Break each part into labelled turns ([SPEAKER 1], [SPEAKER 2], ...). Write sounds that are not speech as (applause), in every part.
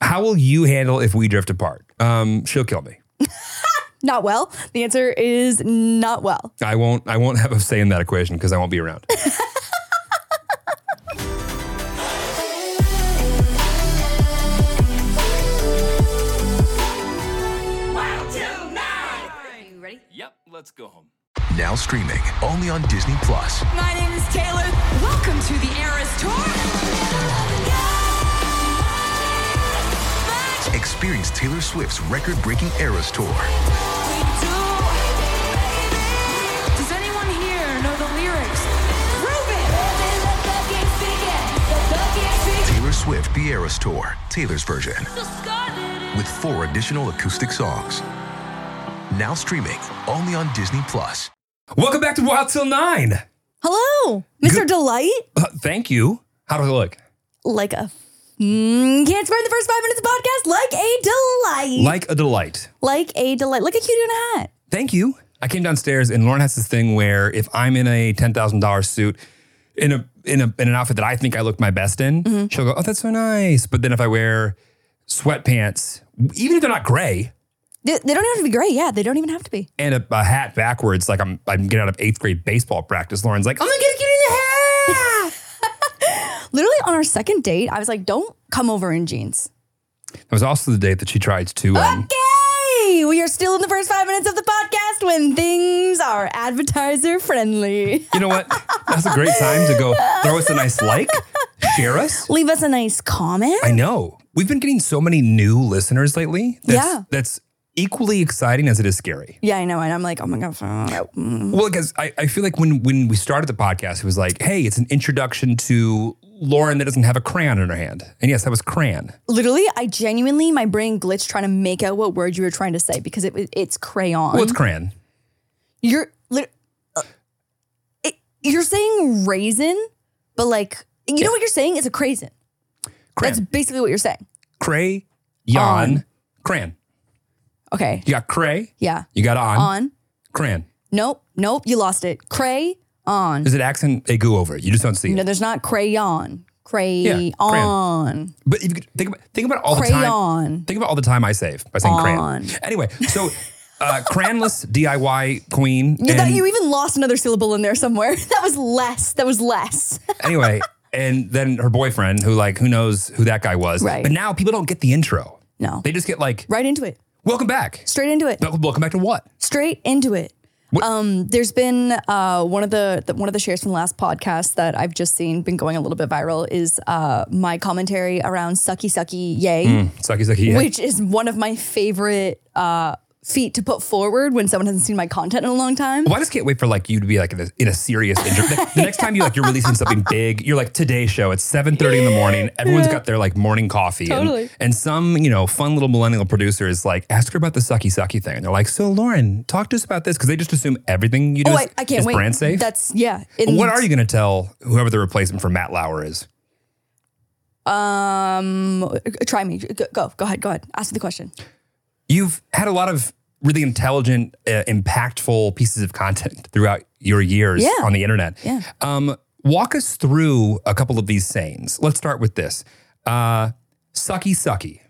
[SPEAKER 1] How will you handle if we drift apart? Um, she'll kill me.
[SPEAKER 2] Not well. The answer is not well.
[SPEAKER 1] I won't. I won't have a say in that equation because I won't be around.
[SPEAKER 3] Yep, let's go home.
[SPEAKER 4] Now streaming only on Disney Plus.
[SPEAKER 5] My name is Taylor. Welcome to the Eras Tour.
[SPEAKER 4] Experience Taylor Swift's record-breaking Eras tour
[SPEAKER 5] Does anyone here know the lyrics? Prove it!
[SPEAKER 4] Taylor Swift: The Eras Tour, Taylor's version, with four additional acoustic songs. Now streaming only on Disney Plus.
[SPEAKER 1] (laughs) Welcome back to Wild Till Nine.
[SPEAKER 2] Hello, Mr.
[SPEAKER 1] Good-
[SPEAKER 2] Delight.
[SPEAKER 1] Uh, thank you. How does it look?
[SPEAKER 2] Like a mm, can't spend the first five minutes of the podcast like a delight.
[SPEAKER 1] Like a delight.
[SPEAKER 2] like a delight. Look at you doing a hat.
[SPEAKER 1] Thank you. I came downstairs and Lauren has this thing where if I'm in a ten thousand dollar suit in a in a in an outfit that I think I look my best in, she'll go, "Oh, that's so nice." But then if I wear sweatpants, even if they're not gray,
[SPEAKER 2] They, they don't have to be great. Yeah, they don't even have to be. (laughs)
[SPEAKER 1] and a, a hat backwards, like I'm I'm getting out of eighth grade baseball practice, Lauren's like, "I'm gonna get you in the hat."
[SPEAKER 2] Literally on our second date, I was like, "Don't come over in jeans."
[SPEAKER 1] It was also the date that she tried to. Um,
[SPEAKER 2] Okay, we are still in the first five minutes of the podcast when things are advertiser friendly.
[SPEAKER 1] You know what? That's a great time to go throw us a nice like, share us.
[SPEAKER 2] Leave us a nice comment.
[SPEAKER 1] I know. We've been getting so many new listeners lately. That's,
[SPEAKER 2] Yeah.
[SPEAKER 1] That's equally exciting as it is scary.
[SPEAKER 2] yeah, I know. And I'm like, oh my God. mm.
[SPEAKER 1] Well, because I, I feel like when, when we started the podcast, it was like, hey, it's an introduction to Lauren that doesn't have a crayon in her hand. And yes, that was crayon.
[SPEAKER 2] Literally, I genuinely, my brain glitched trying to make out what word you were trying to say because it, it's crayon.
[SPEAKER 1] Well, it's crayon.
[SPEAKER 2] You're lit- uh, it, you're saying raisin, but like you know what you're saying is a craisin.
[SPEAKER 1] Crayon.
[SPEAKER 2] That's basically what you're saying.
[SPEAKER 1] cray,
[SPEAKER 2] On.
[SPEAKER 1] yon, crayon.
[SPEAKER 2] Okay.
[SPEAKER 1] You got cray,
[SPEAKER 2] Yeah.
[SPEAKER 1] you got on,
[SPEAKER 2] On.
[SPEAKER 1] crayon.
[SPEAKER 2] Nope. Nope. You lost it. Cray on.
[SPEAKER 1] There's an accent, a goo over it. You just don't see it.
[SPEAKER 2] No, there's not crayon. Crayon.
[SPEAKER 1] But if you could think about, think about all the time.
[SPEAKER 2] Crayon.
[SPEAKER 1] Think about all the time I save by saying
[SPEAKER 2] On.
[SPEAKER 1] crayon. Anyway, so uh, crayonless
[SPEAKER 2] (laughs)
[SPEAKER 1] DIY queen.
[SPEAKER 2] You, that,
[SPEAKER 1] and-
[SPEAKER 2] you even lost another syllable in there somewhere. (laughs) That was less. That was less.
[SPEAKER 1] anyway, and then her boyfriend, who like who knows who that guy was.
[SPEAKER 2] Right.
[SPEAKER 1] But now people don't get the intro.
[SPEAKER 2] No.
[SPEAKER 1] They just get like,
[SPEAKER 2] Right into it.
[SPEAKER 1] welcome back.
[SPEAKER 2] Straight into it.
[SPEAKER 1] But Welcome back to what?
[SPEAKER 2] straight into it. Um, there's been uh, one of the, the one of the shares from the last podcast that I've just seen been going a little bit viral is uh, my commentary around sucky sucky yay,
[SPEAKER 1] Sucky sucky. Hmm, Yeah.
[SPEAKER 2] which is one of my favorite uh, feet to put forward when someone hasn't seen my content in a long time.
[SPEAKER 1] Well, I just can't wait for like you to be like in a, in a serious intro. the, the next time you like you're releasing
[SPEAKER 2] (laughs)
[SPEAKER 1] something big, you're like Today Show. It's seven thirty in the morning. Everyone's got their like morning coffee, and-
[SPEAKER 2] Totally.
[SPEAKER 1] and, some you know fun little millennial producer is like ask her about the sucky sucky thing, and they're like, so Lauren, talk to us about this because they just assume everything you do
[SPEAKER 2] Oh,
[SPEAKER 1] is,
[SPEAKER 2] I, I can't
[SPEAKER 1] is
[SPEAKER 2] wait.
[SPEAKER 1] brand safe.
[SPEAKER 2] That's yeah. And
[SPEAKER 1] what are you going to tell whoever the replacement for Matt Lauer is?
[SPEAKER 2] Um, try me. Go, go, go ahead. Go ahead. Ask me the question.
[SPEAKER 1] You've had a lot of really intelligent, uh, impactful pieces of content throughout your years
[SPEAKER 2] Yeah.
[SPEAKER 1] on the internet.
[SPEAKER 2] Yeah.
[SPEAKER 1] Um, walk us through a couple of these sayings. Let's start with this. Uh, sucky, sucky.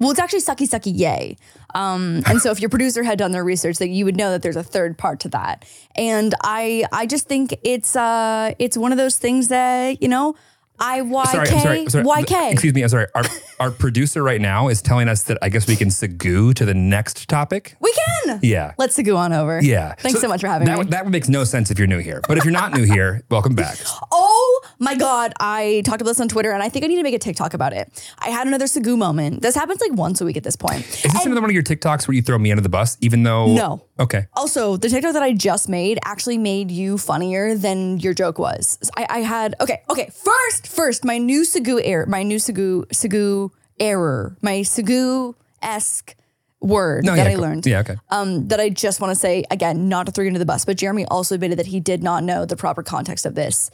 [SPEAKER 2] Well, it's actually sucky sucky yay. Um, and so if your producer had done their research, that you would know that there's a third part to that. And I I just think it's uh it's one of those things that, you know, I Y
[SPEAKER 1] Sorry, I'm sorry.
[SPEAKER 2] K
[SPEAKER 1] I'm sorry.
[SPEAKER 2] Y K.
[SPEAKER 1] Excuse me. I'm sorry.
[SPEAKER 2] (laughs)
[SPEAKER 1] Our, our producer right now is telling us that I guess we can segue to the next topic.
[SPEAKER 2] We can.
[SPEAKER 1] Yeah.
[SPEAKER 2] Let's go on over.
[SPEAKER 1] Yeah.
[SPEAKER 2] Thanks so, much for having
[SPEAKER 1] that,
[SPEAKER 2] me.
[SPEAKER 1] That makes no sense if you're new here. But if you're not new here,
[SPEAKER 2] (laughs)
[SPEAKER 1] welcome back.
[SPEAKER 2] Oh my God. I talked about this on Twitter and I think I need to make a TikTok about it. I had another Sagu moment. This happens like once a week at this point.
[SPEAKER 1] Is this another one of your TikToks where you throw me under the bus, even though?
[SPEAKER 2] No.
[SPEAKER 1] Okay.
[SPEAKER 2] Also, the TikTok that I just made actually made you funnier than your joke was. So I, I had okay, okay. First, first, my new Sagu error, my new Sagu Sagu error, my Sagu esque word
[SPEAKER 1] No,
[SPEAKER 2] that
[SPEAKER 1] yeah,
[SPEAKER 2] I
[SPEAKER 1] go-
[SPEAKER 2] learned.
[SPEAKER 1] Yeah. Okay.
[SPEAKER 2] Um, that I just want to say again, not to throw you under the bus, but Jeremy also admitted that he did not know the proper context of this.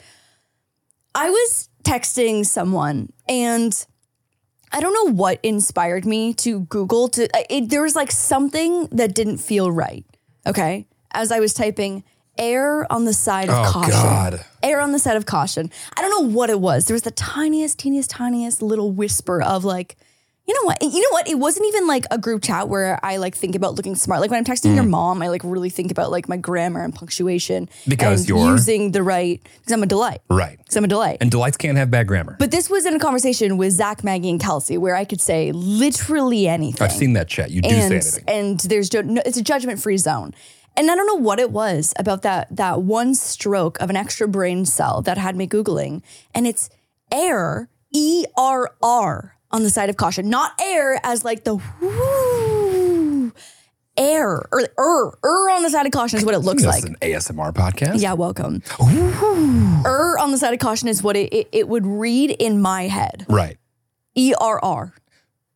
[SPEAKER 2] I was texting someone and I don't know what inspired me to Google to I- it, there was like something that didn't feel right. Okay. As I was typing air on the side of
[SPEAKER 1] Oh,
[SPEAKER 2] caution.
[SPEAKER 1] God.
[SPEAKER 2] Air on the side of caution. I don't know what it was. There was the tiniest, teeniest, tiniest little whisper of like you know what? You know what? It wasn't even like a group chat where I like think about looking smart. Like when I'm texting
[SPEAKER 1] Mm.
[SPEAKER 2] your mom, I like really think about like my grammar and punctuation
[SPEAKER 1] Because
[SPEAKER 2] and
[SPEAKER 1] you're-
[SPEAKER 2] using the right because I'm a delight.
[SPEAKER 1] Right.
[SPEAKER 2] Because I'm a delight.
[SPEAKER 1] And delights can't have bad grammar.
[SPEAKER 2] but this was in a conversation with Zach, Maggie, and Kelsey where I could say literally anything
[SPEAKER 1] I've seen that chat. You do say
[SPEAKER 2] and
[SPEAKER 1] anything.
[SPEAKER 2] and there's ju- no, it's a judgment free zone. And I don't know what it was about that that one stroke of an extra brain cell that had me googling, and it's air E R R on the side of caution, not air as like the whoo, air or er er on the side of caution is what it looks
[SPEAKER 1] this
[SPEAKER 2] like.
[SPEAKER 1] is an ASMR podcast.
[SPEAKER 2] Yeah, welcome. Er on the side of caution is what it it, it would read in my head.
[SPEAKER 1] Right.
[SPEAKER 2] E R R.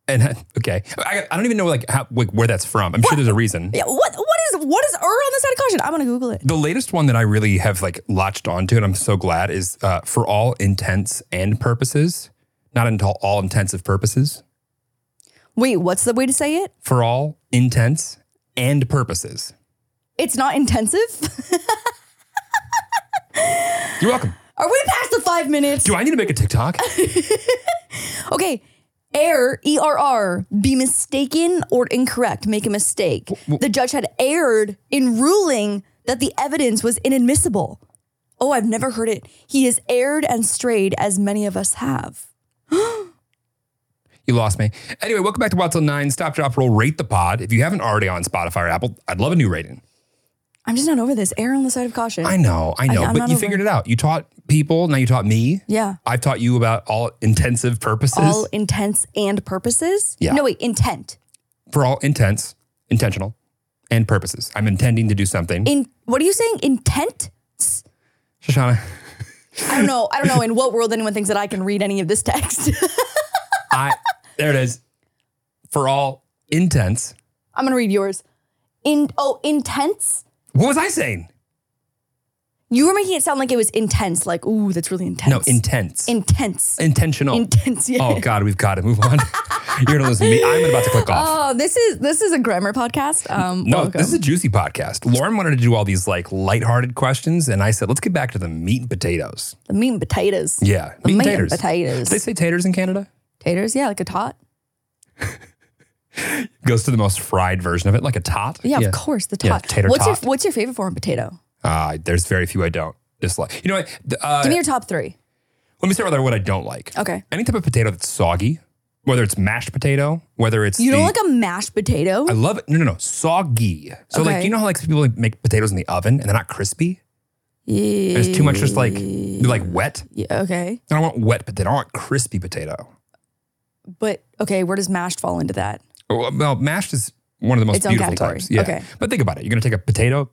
[SPEAKER 1] And okay, I, I don't even know like how, like where that's from. I'm sure there's a reason.
[SPEAKER 2] Yeah, what what is what is er on the side of caution? I'm gonna Google it.
[SPEAKER 1] The latest one that I really have like latched onto, and I'm so glad, is uh, for all intents and purposes, not until all intensive purposes,
[SPEAKER 2] Wait, what's the way to say it?
[SPEAKER 1] for all intents and purposes.
[SPEAKER 2] It's not intensive. (laughs)
[SPEAKER 1] You're welcome.
[SPEAKER 2] Are we past the five minutes?
[SPEAKER 1] Do I need to make a TikTok?
[SPEAKER 2] Okay. Error, E R R, be mistaken or incorrect, make a mistake. The judge had erred in ruling that the evidence was inadmissible. Oh, I've never heard it. He has erred and strayed, as many of us have.
[SPEAKER 1] You lost me. Anyway, welcome back to Wild Till Nine. Stop, drop, roll. Rate the pod. If you haven't already on Spotify or Apple, I'd love a new rating.
[SPEAKER 2] I'm just not over this. Err on the side of caution.
[SPEAKER 1] I know, I know,
[SPEAKER 2] I'm
[SPEAKER 1] but
[SPEAKER 2] not
[SPEAKER 1] you
[SPEAKER 2] over
[SPEAKER 1] figured it out. You taught people. Now you taught me.
[SPEAKER 2] Yeah.
[SPEAKER 1] I've taught you about all intensive purposes.
[SPEAKER 2] All intents and purposes?
[SPEAKER 1] Yeah.
[SPEAKER 2] No, wait, intent.
[SPEAKER 1] for all intents, intentional, and purposes. I'm intending to do something.
[SPEAKER 2] In what are you saying? Intent?
[SPEAKER 1] Shoshana,
[SPEAKER 2] I don't know. I don't know in what world anyone thinks that I can read any of this text. (laughs)
[SPEAKER 1] I there it is. For all intents,
[SPEAKER 2] I'm gonna read yours. In oh, intense.
[SPEAKER 1] what was I saying?
[SPEAKER 2] You were making it sound like it was intense. Like ooh, that's really intense.
[SPEAKER 1] No, intents.
[SPEAKER 2] intense.
[SPEAKER 1] intentional.
[SPEAKER 2] Intense, yeah.
[SPEAKER 1] Oh God, we've got to move on. (laughs) You're gonna listen to me. I'm about to click off.
[SPEAKER 2] Oh, this is this is a grammar podcast. Um,
[SPEAKER 1] No,
[SPEAKER 2] welcome.
[SPEAKER 1] this is a juicy podcast. Lauren wanted to do all these like lighthearted questions, and I said, let's get back to the meat and potatoes.
[SPEAKER 2] the meat and potatoes.
[SPEAKER 1] Yeah,
[SPEAKER 2] the
[SPEAKER 1] meat and
[SPEAKER 2] meat
[SPEAKER 1] taters.
[SPEAKER 2] and potatoes.
[SPEAKER 1] They say taters in Canada.
[SPEAKER 2] taters, yeah, like a tot.
[SPEAKER 1] Goes to the most fried version of it, like a tot.
[SPEAKER 2] Yeah, of course, the tot.
[SPEAKER 1] Yeah, tater
[SPEAKER 2] what's
[SPEAKER 1] tot.
[SPEAKER 2] your what's your favorite form of potato?
[SPEAKER 1] Uh, there's very few I don't dislike. You know what? The, Uh,
[SPEAKER 2] Give me your top three.
[SPEAKER 1] let me start with what I don't like.
[SPEAKER 2] Okay.
[SPEAKER 1] Any type of potato that's soggy, whether it's mashed potato, whether it's
[SPEAKER 2] You
[SPEAKER 1] the,
[SPEAKER 2] don't like a mashed potato?
[SPEAKER 1] I love it. No, no, no, soggy. So like
[SPEAKER 2] Okay.
[SPEAKER 1] you know how like people like, make potatoes in the oven and they're not crispy.
[SPEAKER 2] yeah.
[SPEAKER 1] There's too much just like they're like wet.
[SPEAKER 2] yeah. Okay.
[SPEAKER 1] I don't want wet potato. I want crispy potato.
[SPEAKER 2] But okay, where does mashed fall into that?
[SPEAKER 1] Well, well, mashed is one of the most
[SPEAKER 2] Its own
[SPEAKER 1] beautiful
[SPEAKER 2] category.
[SPEAKER 1] types. Yeah.
[SPEAKER 2] Okay.
[SPEAKER 1] But think about it. You're going to take a potato,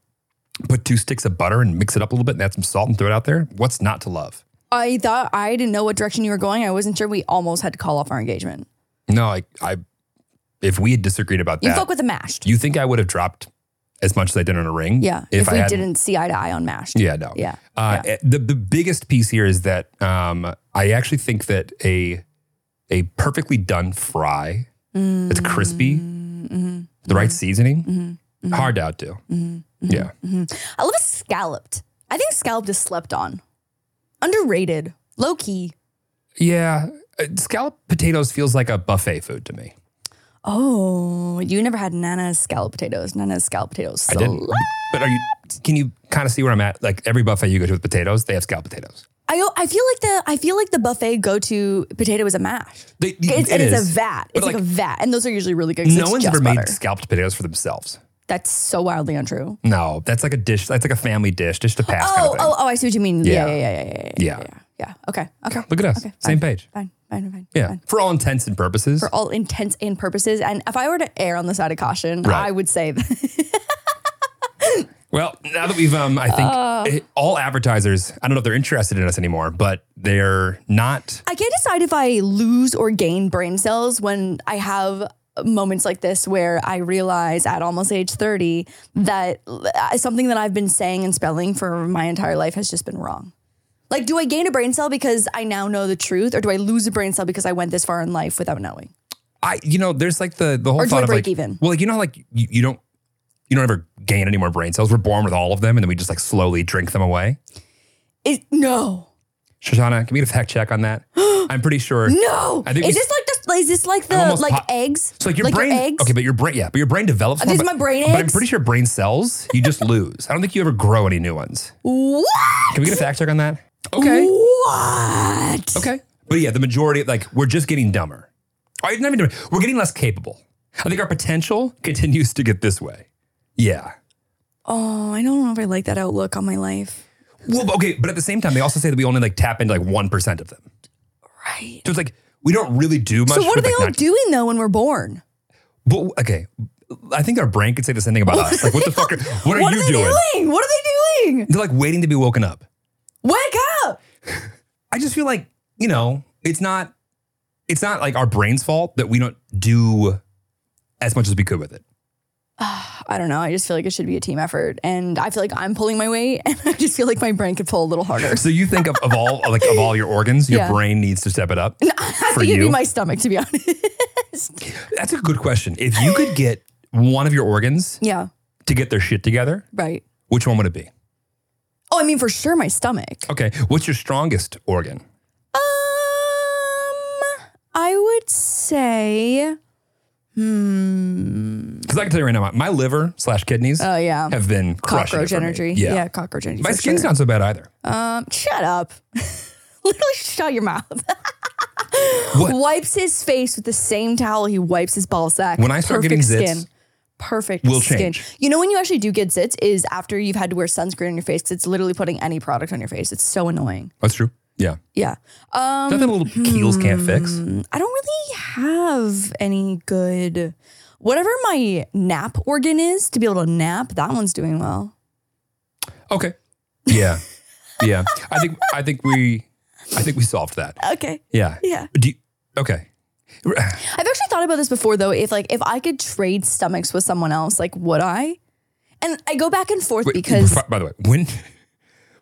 [SPEAKER 1] put two sticks of butter and mix it up a little bit and add some salt and throw it out there. What's not to love?
[SPEAKER 2] I thought I didn't know what direction you were going. I wasn't sure. We almost had to call off our engagement.
[SPEAKER 1] No, I, I if we had disagreed about
[SPEAKER 2] You
[SPEAKER 1] that,
[SPEAKER 2] fuck with the mashed.
[SPEAKER 1] you think I would have dropped as much as I did on a ring?
[SPEAKER 2] yeah.
[SPEAKER 1] If,
[SPEAKER 2] If,
[SPEAKER 1] I
[SPEAKER 2] we
[SPEAKER 1] hadn't-
[SPEAKER 2] didn't see eye to eye on mashed.
[SPEAKER 1] Yeah, no.
[SPEAKER 2] Yeah.
[SPEAKER 1] Uh, eh, The the biggest piece here is that um, I actually think that a a perfectly done fry that's crispy,
[SPEAKER 2] Mm-hmm.
[SPEAKER 1] the right seasoning, hard to outdo.
[SPEAKER 2] Mm-hmm.
[SPEAKER 1] Yeah,
[SPEAKER 2] I love a scalloped. I think scalloped is slept on. Underrated. Low key.
[SPEAKER 1] yeah. Uh, Scallop potatoes feels like a buffet food to me.
[SPEAKER 2] Oh, you never had Nana's scalloped potatoes. Nana's scalloped potatoes.
[SPEAKER 1] I didn't,
[SPEAKER 2] Sla-
[SPEAKER 1] but are you? Can you kind of see where I'm at? Like every buffet you go to with potatoes, they have scallop potatoes.
[SPEAKER 2] I, I feel like the I feel like the buffet go to potato is a mashed.
[SPEAKER 1] They- it
[SPEAKER 2] it's, and it's
[SPEAKER 1] is.
[SPEAKER 2] a vat.
[SPEAKER 1] But
[SPEAKER 2] It's like,
[SPEAKER 1] like-
[SPEAKER 2] a vat, and those are usually really good. 'cause
[SPEAKER 1] No
[SPEAKER 2] it's
[SPEAKER 1] one's
[SPEAKER 2] just
[SPEAKER 1] ever made
[SPEAKER 2] butter.
[SPEAKER 1] scalloped potatoes for themselves.
[SPEAKER 2] That's so wildly untrue.
[SPEAKER 1] No, that's like a dish. That's like a family dish, dish to pass. kind of
[SPEAKER 2] Oh,
[SPEAKER 1] thing.
[SPEAKER 2] oh, oh! I see what you mean. Yeah,
[SPEAKER 1] Yeah.
[SPEAKER 2] yeah, yeah, yeah, yeah, yeah.
[SPEAKER 1] Yeah.
[SPEAKER 2] yeah, yeah. yeah. Okay, okay.
[SPEAKER 1] Look at us.
[SPEAKER 2] Okay,
[SPEAKER 1] Same
[SPEAKER 2] fine.
[SPEAKER 1] page.
[SPEAKER 2] Fine, fine, fine.
[SPEAKER 1] Yeah.
[SPEAKER 2] fine.
[SPEAKER 1] For all intents and purposes.
[SPEAKER 2] For all intents and purposes, and if I were to err on the side of caution,
[SPEAKER 1] Right.
[SPEAKER 2] I would say that
[SPEAKER 1] well, now that we've, um, I think
[SPEAKER 2] Uh.
[SPEAKER 1] it- all advertisers, I don't know if they're interested in us anymore, but they're not.
[SPEAKER 2] I can't decide if I lose or gain brain cells when I have moments like this where I realize at almost age 30 that uh, something that I've been saying and spelling for my entire life has just been wrong. Like, do I gain a brain cell because I now know the truth, or do I lose a brain cell because I went this far in life without knowing?
[SPEAKER 1] I, you know, there's like the the whole
[SPEAKER 2] Or do
[SPEAKER 1] thought
[SPEAKER 2] I
[SPEAKER 1] of
[SPEAKER 2] break
[SPEAKER 1] like,
[SPEAKER 2] even?
[SPEAKER 1] well, like you know, how, like you, you don't, you don't ever gain any more brain cells. We're born with all of them, and then we just like slowly drink them away.
[SPEAKER 2] It, no. (gasps)
[SPEAKER 1] Shoshana, can we get a fact check on that? I'm pretty sure.
[SPEAKER 2] No.
[SPEAKER 1] I think we
[SPEAKER 2] is
[SPEAKER 1] s-
[SPEAKER 2] this like the like, is this like
[SPEAKER 1] I'm
[SPEAKER 2] the
[SPEAKER 1] almost
[SPEAKER 2] like
[SPEAKER 1] pop-
[SPEAKER 2] eggs?
[SPEAKER 1] So like your
[SPEAKER 2] like
[SPEAKER 1] brain,
[SPEAKER 2] your eggs?
[SPEAKER 1] okay, but your brain, yeah, but your brain develops.
[SPEAKER 2] Are
[SPEAKER 1] more,
[SPEAKER 2] these
[SPEAKER 1] but-
[SPEAKER 2] my brain
[SPEAKER 1] But I'm
[SPEAKER 2] eggs?
[SPEAKER 1] pretty sure brain cells you
[SPEAKER 2] (laughs)
[SPEAKER 1] just lose. I don't think you ever grow any new ones.
[SPEAKER 2] what?
[SPEAKER 1] Can we get a fact check on that? Okay,
[SPEAKER 2] What?
[SPEAKER 1] okay, but yeah, the majority, like we're just getting dumber. Or not even dumber. We're getting less capable. I think our potential continues to get this way. Yeah.
[SPEAKER 2] Oh, I don't know if I like that outlook on my life.
[SPEAKER 1] Well, but okay, but at the same time, they also say that we only like tap into like one percent of them.
[SPEAKER 2] Right.
[SPEAKER 1] So it's like we don't really do much.
[SPEAKER 2] So what are
[SPEAKER 1] with,
[SPEAKER 2] they
[SPEAKER 1] like,
[SPEAKER 2] all
[SPEAKER 1] not-
[SPEAKER 2] doing though when we're born?
[SPEAKER 1] But okay, I think our brain could say the same thing about us. Like, what
[SPEAKER 2] (laughs)
[SPEAKER 1] the fuck? Are, what are
[SPEAKER 2] what
[SPEAKER 1] you
[SPEAKER 2] are they
[SPEAKER 1] doing?
[SPEAKER 2] doing? What are they doing?
[SPEAKER 1] They're like waiting to be woken up.
[SPEAKER 2] Wake up!
[SPEAKER 1] I just feel like you know, it's not, it's not like our brain's fault that we don't do as much as we could with it.
[SPEAKER 2] I don't know. I just feel like it should be a team effort, and I feel like I'm pulling my weight, (laughs) and I just feel like my brain could pull a little harder.
[SPEAKER 1] So you think of, of all like of all your organs, your
[SPEAKER 2] Yeah.
[SPEAKER 1] brain needs to step it
[SPEAKER 2] (laughs)
[SPEAKER 1] up.
[SPEAKER 2] I
[SPEAKER 1] (laughs) for
[SPEAKER 2] think it'd
[SPEAKER 1] you?
[SPEAKER 2] be my stomach, to be (laughs) honest.
[SPEAKER 1] That's a good question. If you could get one of your organs
[SPEAKER 2] yeah.
[SPEAKER 1] to get their shit together,
[SPEAKER 2] Right.
[SPEAKER 1] which one would it be?
[SPEAKER 2] Oh, I mean, for sure, my stomach.
[SPEAKER 1] Okay, what's your strongest organ?
[SPEAKER 2] Um, I would say, hmm.
[SPEAKER 1] Because I can tell you right now, my, my liver slash kidneys
[SPEAKER 2] Oh yeah,
[SPEAKER 1] have been crushing it
[SPEAKER 2] cockroach
[SPEAKER 1] for me.
[SPEAKER 2] energy.
[SPEAKER 1] Yeah.
[SPEAKER 2] cockroach energy.
[SPEAKER 1] my
[SPEAKER 2] for
[SPEAKER 1] skin's
[SPEAKER 2] sure.
[SPEAKER 1] not so bad either.
[SPEAKER 2] Um, shut up. (laughs) Literally, shut your mouth. (laughs)
[SPEAKER 1] What?
[SPEAKER 2] Wipes his face with the same towel he wipes his ball sack.
[SPEAKER 1] When I start getting zits,
[SPEAKER 2] perfect
[SPEAKER 1] will
[SPEAKER 2] skin.
[SPEAKER 1] change.
[SPEAKER 2] You know when you actually do get zits is after you've had to wear sunscreen on your face because it's literally putting any product on your face. It's so annoying.
[SPEAKER 1] That's true. Yeah.
[SPEAKER 2] Yeah. Um, hmm.
[SPEAKER 1] Nothing little keels can't fix.
[SPEAKER 2] I don't really have any good. Whatever my nap organ is to be able to nap, that one's doing well.
[SPEAKER 1] Okay. Yeah. yeah. I think I think we I think we solved that.
[SPEAKER 2] Okay.
[SPEAKER 1] Yeah.
[SPEAKER 2] Yeah.
[SPEAKER 1] Do you, okay.
[SPEAKER 2] I've actually thought about this before though. If like if I could trade stomachs with someone else, like would I? And I go back and forth
[SPEAKER 1] Wait,
[SPEAKER 2] because
[SPEAKER 1] by the way, when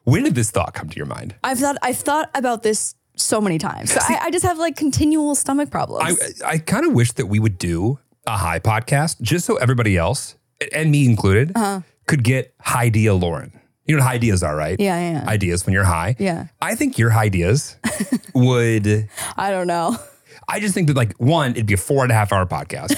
[SPEAKER 1] when did this thought come to your mind?
[SPEAKER 2] I've thought I've thought about this so many times. So I, I just have like continual stomach
[SPEAKER 1] I
[SPEAKER 2] problems.
[SPEAKER 1] I kind of wish that we would do a high podcast just so everybody else and me included
[SPEAKER 2] Uh-huh.
[SPEAKER 1] could get high dia Lauren. You know what high ideas are, right?
[SPEAKER 2] Yeah, yeah, yeah.
[SPEAKER 1] Ideas when you're high.
[SPEAKER 2] Yeah.
[SPEAKER 1] I think your
[SPEAKER 2] (laughs)
[SPEAKER 1] ideas would
[SPEAKER 2] I don't know.
[SPEAKER 1] I just think that like one, it'd be a four and a half hour podcast.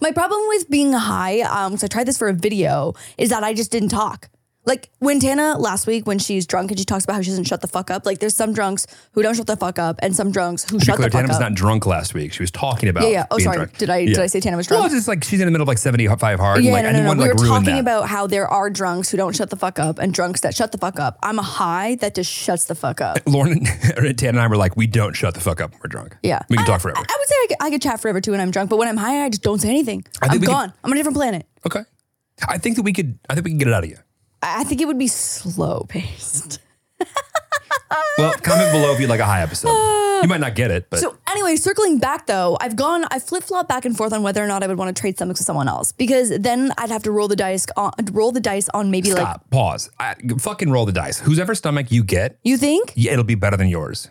[SPEAKER 2] My problem with being high, um, 'cause I tried this for a video, is that I just didn't talk. Like when Tana last week, when she's drunk and she talks about how she doesn't shut the fuck up, like there's some drunks who don't shut the fuck up and some drunks who
[SPEAKER 1] To be
[SPEAKER 2] shut
[SPEAKER 1] clear,
[SPEAKER 2] the fuck
[SPEAKER 1] Tana was
[SPEAKER 2] up.
[SPEAKER 1] not drunk last week. She was talking about
[SPEAKER 2] Yeah, yeah. Oh,
[SPEAKER 1] being
[SPEAKER 2] sorry.
[SPEAKER 1] drunk.
[SPEAKER 2] Did I- did I say Tana was drunk?
[SPEAKER 1] Well, it's just like she's in the middle of like 75 hard. and
[SPEAKER 2] yeah,
[SPEAKER 1] like
[SPEAKER 2] no, no, no.
[SPEAKER 1] anyone
[SPEAKER 2] We
[SPEAKER 1] like
[SPEAKER 2] were
[SPEAKER 1] ruined
[SPEAKER 2] talking
[SPEAKER 1] that.
[SPEAKER 2] about how there are drunks who don't shut the fuck up and drunks that shut the fuck up. I'm a high that just shuts the fuck up.
[SPEAKER 1] Lauren (laughs) and Tana and I were like, we don't shut the fuck up when we're drunk.
[SPEAKER 2] Yeah.
[SPEAKER 1] We can
[SPEAKER 2] I-
[SPEAKER 1] talk forever.
[SPEAKER 2] I, I would say I could, I could chat forever too when I'm drunk, but when I'm high, I just don't say anything.
[SPEAKER 1] I think
[SPEAKER 2] I'm
[SPEAKER 1] we could-
[SPEAKER 2] gone. I'm on a different planet.
[SPEAKER 1] okay. I think that we could, I think we can get it out of you.
[SPEAKER 2] I, I think it would be slow paced. (laughs)
[SPEAKER 1] Well, comment below if you'd like a high episode. you might not get it, but
[SPEAKER 2] Uh, So anyway, circling back though, I've gone, I flip flop back and forth on whether or not I would want to trade stomachs with someone else because then I'd have to roll the dice on roll the dice on maybe like
[SPEAKER 1] stop, pause. I, fucking roll the dice. Whosever stomach you get,
[SPEAKER 2] you think,
[SPEAKER 1] yeah, it'll be better than yours.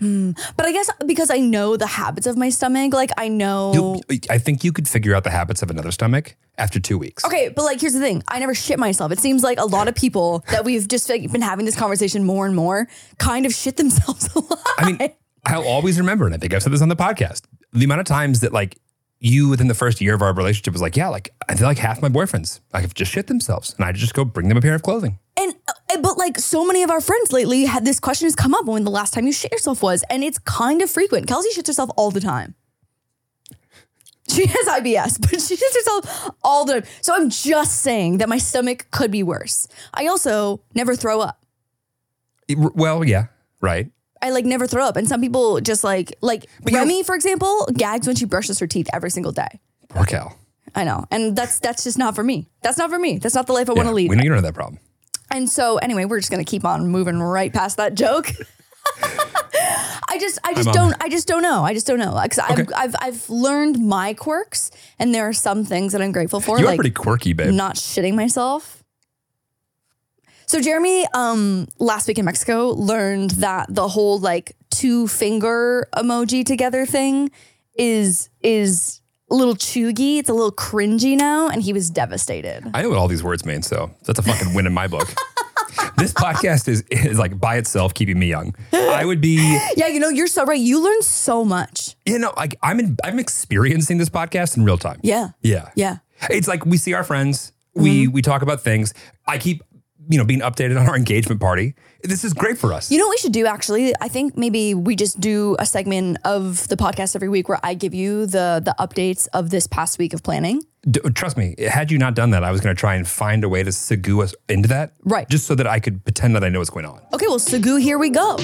[SPEAKER 2] but I guess because I know the habits of my stomach, like I know.
[SPEAKER 1] You'll- I think you could figure out the habits of another stomach after two weeks.
[SPEAKER 2] Okay, but like, here's the thing. I never shit myself. It seems like a lot of people that we've just like, been having this conversation more and more kind of shit themselves (laughs) a lot.
[SPEAKER 1] I mean, I'll always remember, and I think I've said this on the podcast, the amount of times that like you within the first year of our relationship was like, yeah, like I feel like half my boyfriends like have just shit themselves, and I just go bring them a pair of clothing.
[SPEAKER 2] And uh, but like so many of our friends lately had this question has come up when the last time you shit yourself was, and it's kind of frequent. Kelsey shits herself all the time. She has IBS, (laughs) but she shits herself all the time. So I'm just saying that my stomach could be worse. I also never throw up.
[SPEAKER 1] It- well, yeah, right.
[SPEAKER 2] I like never throw up. And some people just like like
[SPEAKER 1] But you-
[SPEAKER 2] Remy, for example, gags when she brushes her teeth every single day.
[SPEAKER 1] Poor Cal.
[SPEAKER 2] I know. And that's that's just not for me. That's not for me. That's not the life I
[SPEAKER 1] Yeah,
[SPEAKER 2] want to lead.
[SPEAKER 1] We know you don't have that problem.
[SPEAKER 2] And so anyway, we're just gonna keep on moving right past that joke.
[SPEAKER 1] (laughs)
[SPEAKER 2] I just, I just
[SPEAKER 1] on
[SPEAKER 2] don't, I just don't know. I just don't know. Because
[SPEAKER 1] Okay.
[SPEAKER 2] I've, I've, I've learned my quirks, and there are some things that I'm grateful for,
[SPEAKER 1] You're
[SPEAKER 2] like
[SPEAKER 1] pretty quirky, babe.
[SPEAKER 2] not shitting myself. So Jeremy, um, last week in Mexico, learned that the whole like two finger emoji together thing is is a little chuggy. It's a little cringy now, and he was devastated. (laughs)
[SPEAKER 1] I know what all these words mean, so that's a fucking win in my book. this podcast is is like by itself keeping me young. I would be,
[SPEAKER 2] Yeah, you know, you're so right. You learn so much.
[SPEAKER 1] you know, like I'm in, I'm experiencing this podcast in real time.
[SPEAKER 2] Yeah.
[SPEAKER 1] Yeah.
[SPEAKER 2] Yeah. Mm-hmm.
[SPEAKER 1] It's like we see our friends, we we talk about things. I keep, you know, being updated on our engagement party. This is great for us.
[SPEAKER 2] You know what we should do actually? I think maybe we just do a segment of the podcast every week where I give you the the updates of this past week of planning.
[SPEAKER 1] D- trust me, had you not done that, I was going to try and find a way to segue us into that.
[SPEAKER 2] Right.
[SPEAKER 1] Just so that I could pretend that I know what's going on.
[SPEAKER 2] Okay, well, Sagu, here we go.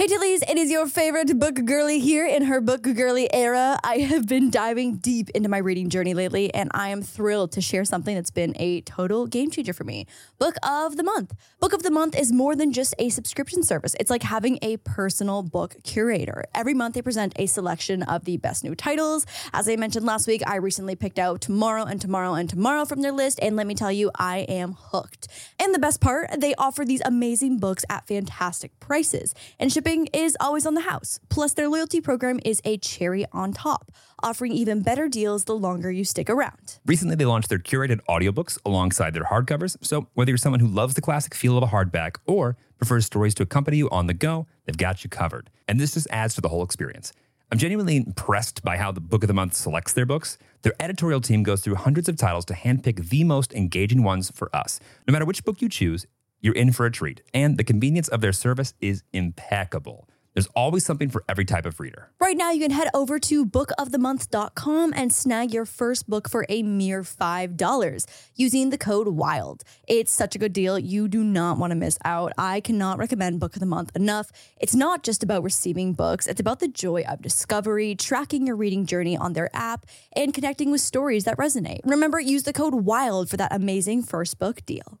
[SPEAKER 2] Hey Tillies, it is your favorite book girly here in her book girly era. I have been diving deep into my reading journey lately, and I am thrilled to share something that's been a total game changer for me. Book of the Month. Book of the Month is more than just a subscription service, it's like having a personal book curator. Every month, they present a selection of the best new titles. As I mentioned last week, I recently picked out Tomorrow and Tomorrow and Tomorrow from their list, and let me tell you, I am hooked. And the best part, they offer these amazing books at fantastic prices, and shipping is always on the house. Plus, their loyalty program is a cherry on top, offering even better deals the longer you stick around.
[SPEAKER 1] Recently, they launched their curated audiobooks alongside their hardcovers. So, whether you're someone who loves the classic feel of a hardback or prefers stories to accompany you on the go, they've got you covered. And this just adds to the whole experience. I'm genuinely impressed by how the Book of the Month selects their books. Their editorial team goes through hundreds of titles to handpick the most engaging ones for us. No matter which book you choose, you're in for a treat. And the convenience of their service is impeccable. There's always something for every type of reader.
[SPEAKER 2] Right now, you can head over to bookofthemonth.com and snag your first book for a mere $5 using the code WILD. It's such a good deal. You do not want to miss out. I cannot recommend Book of the Month enough. It's not just about receiving books, it's about the joy of discovery, tracking your reading journey on their app, and connecting with stories that resonate. Remember, use the code WILD for that amazing first book deal.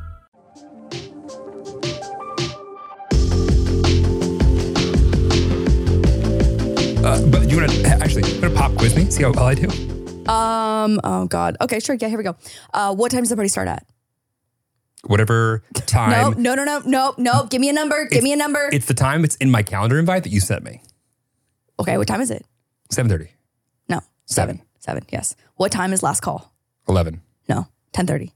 [SPEAKER 1] Uh, but you want to actually you wanna pop quiz me, see how well I do?
[SPEAKER 2] Um, oh God. Okay, sure. Yeah, here we go. Uh, what time does the party start at?
[SPEAKER 1] Whatever
[SPEAKER 2] No,
[SPEAKER 1] time.
[SPEAKER 2] no, no, no, no, no. Give me a number. Give me a number.
[SPEAKER 1] (laughs) It's the time it's in my calendar invite that you sent me.
[SPEAKER 2] Okay, what time is it?
[SPEAKER 1] 7.30,
[SPEAKER 2] No, seven. Seven, yes. What time is last call?
[SPEAKER 1] 11.
[SPEAKER 2] No, 10.30,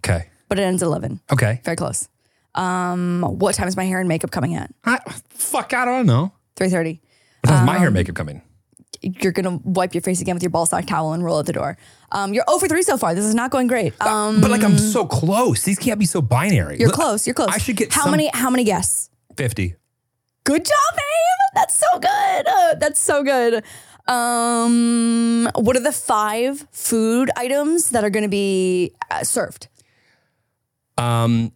[SPEAKER 1] Okay.
[SPEAKER 2] but it ends at 11.
[SPEAKER 1] Okay.
[SPEAKER 2] Very close. Um, what time is my hair and makeup coming at?
[SPEAKER 1] I, fuck, I don't know.
[SPEAKER 2] 3.30.
[SPEAKER 1] What time's my hair and makeup coming?
[SPEAKER 2] You're going to wipe your face again with your ball sack towel and roll out the door. Um, you're 0 for 3 so far. This is not going great. Um,
[SPEAKER 1] but like I'm so close. These can't be so binary.
[SPEAKER 2] you're
[SPEAKER 1] Uh, Look,
[SPEAKER 2] close. You're close.
[SPEAKER 1] I should get
[SPEAKER 2] How
[SPEAKER 1] some-
[SPEAKER 2] many how many guesses?
[SPEAKER 1] 50.
[SPEAKER 2] Good job, babe. That's so good. Uh, that's so good. Um, what are the five food items that are going to be uh, served?
[SPEAKER 1] Um,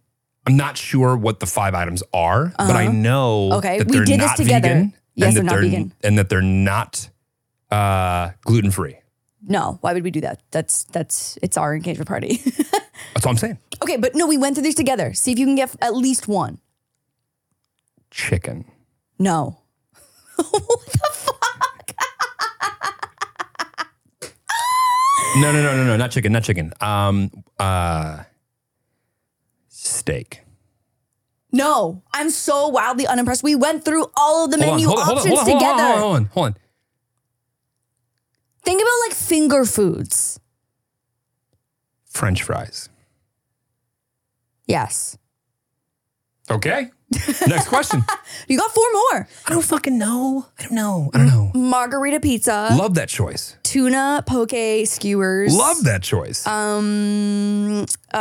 [SPEAKER 1] I'm not sure what the five items are, but I know
[SPEAKER 2] Uh-huh. Okay,
[SPEAKER 1] that
[SPEAKER 2] we
[SPEAKER 1] they're
[SPEAKER 2] did this
[SPEAKER 1] not
[SPEAKER 2] together.
[SPEAKER 1] vegan. and
[SPEAKER 2] Yes,
[SPEAKER 1] that
[SPEAKER 2] they're not vegan.
[SPEAKER 1] And that they're not uh, gluten-free.
[SPEAKER 2] No, why would we do that? That's that's it's our engagement party. (laughs)
[SPEAKER 1] That's all I'm saying.
[SPEAKER 2] okay, but no, we went through these together. See if you can get at least one.
[SPEAKER 1] Chicken.
[SPEAKER 2] No.
[SPEAKER 1] No, no, no, no, no. Not chicken. Not chicken. Um, uh, steak.
[SPEAKER 2] No. I'm so wildly unimpressed. We went through all of the menu options
[SPEAKER 1] hold
[SPEAKER 2] together.
[SPEAKER 1] on, hold on, hold on.
[SPEAKER 2] Think about like finger foods.
[SPEAKER 1] French fries.
[SPEAKER 2] Yes.
[SPEAKER 1] Okay. (laughs) Next question.
[SPEAKER 2] You got four more.
[SPEAKER 1] I don't fucking know. I don't know. Mm-hmm. I don't know.
[SPEAKER 2] Margarita pizza,
[SPEAKER 1] Love that choice.
[SPEAKER 2] tuna poke skewers.
[SPEAKER 1] Love that choice.
[SPEAKER 2] Um uh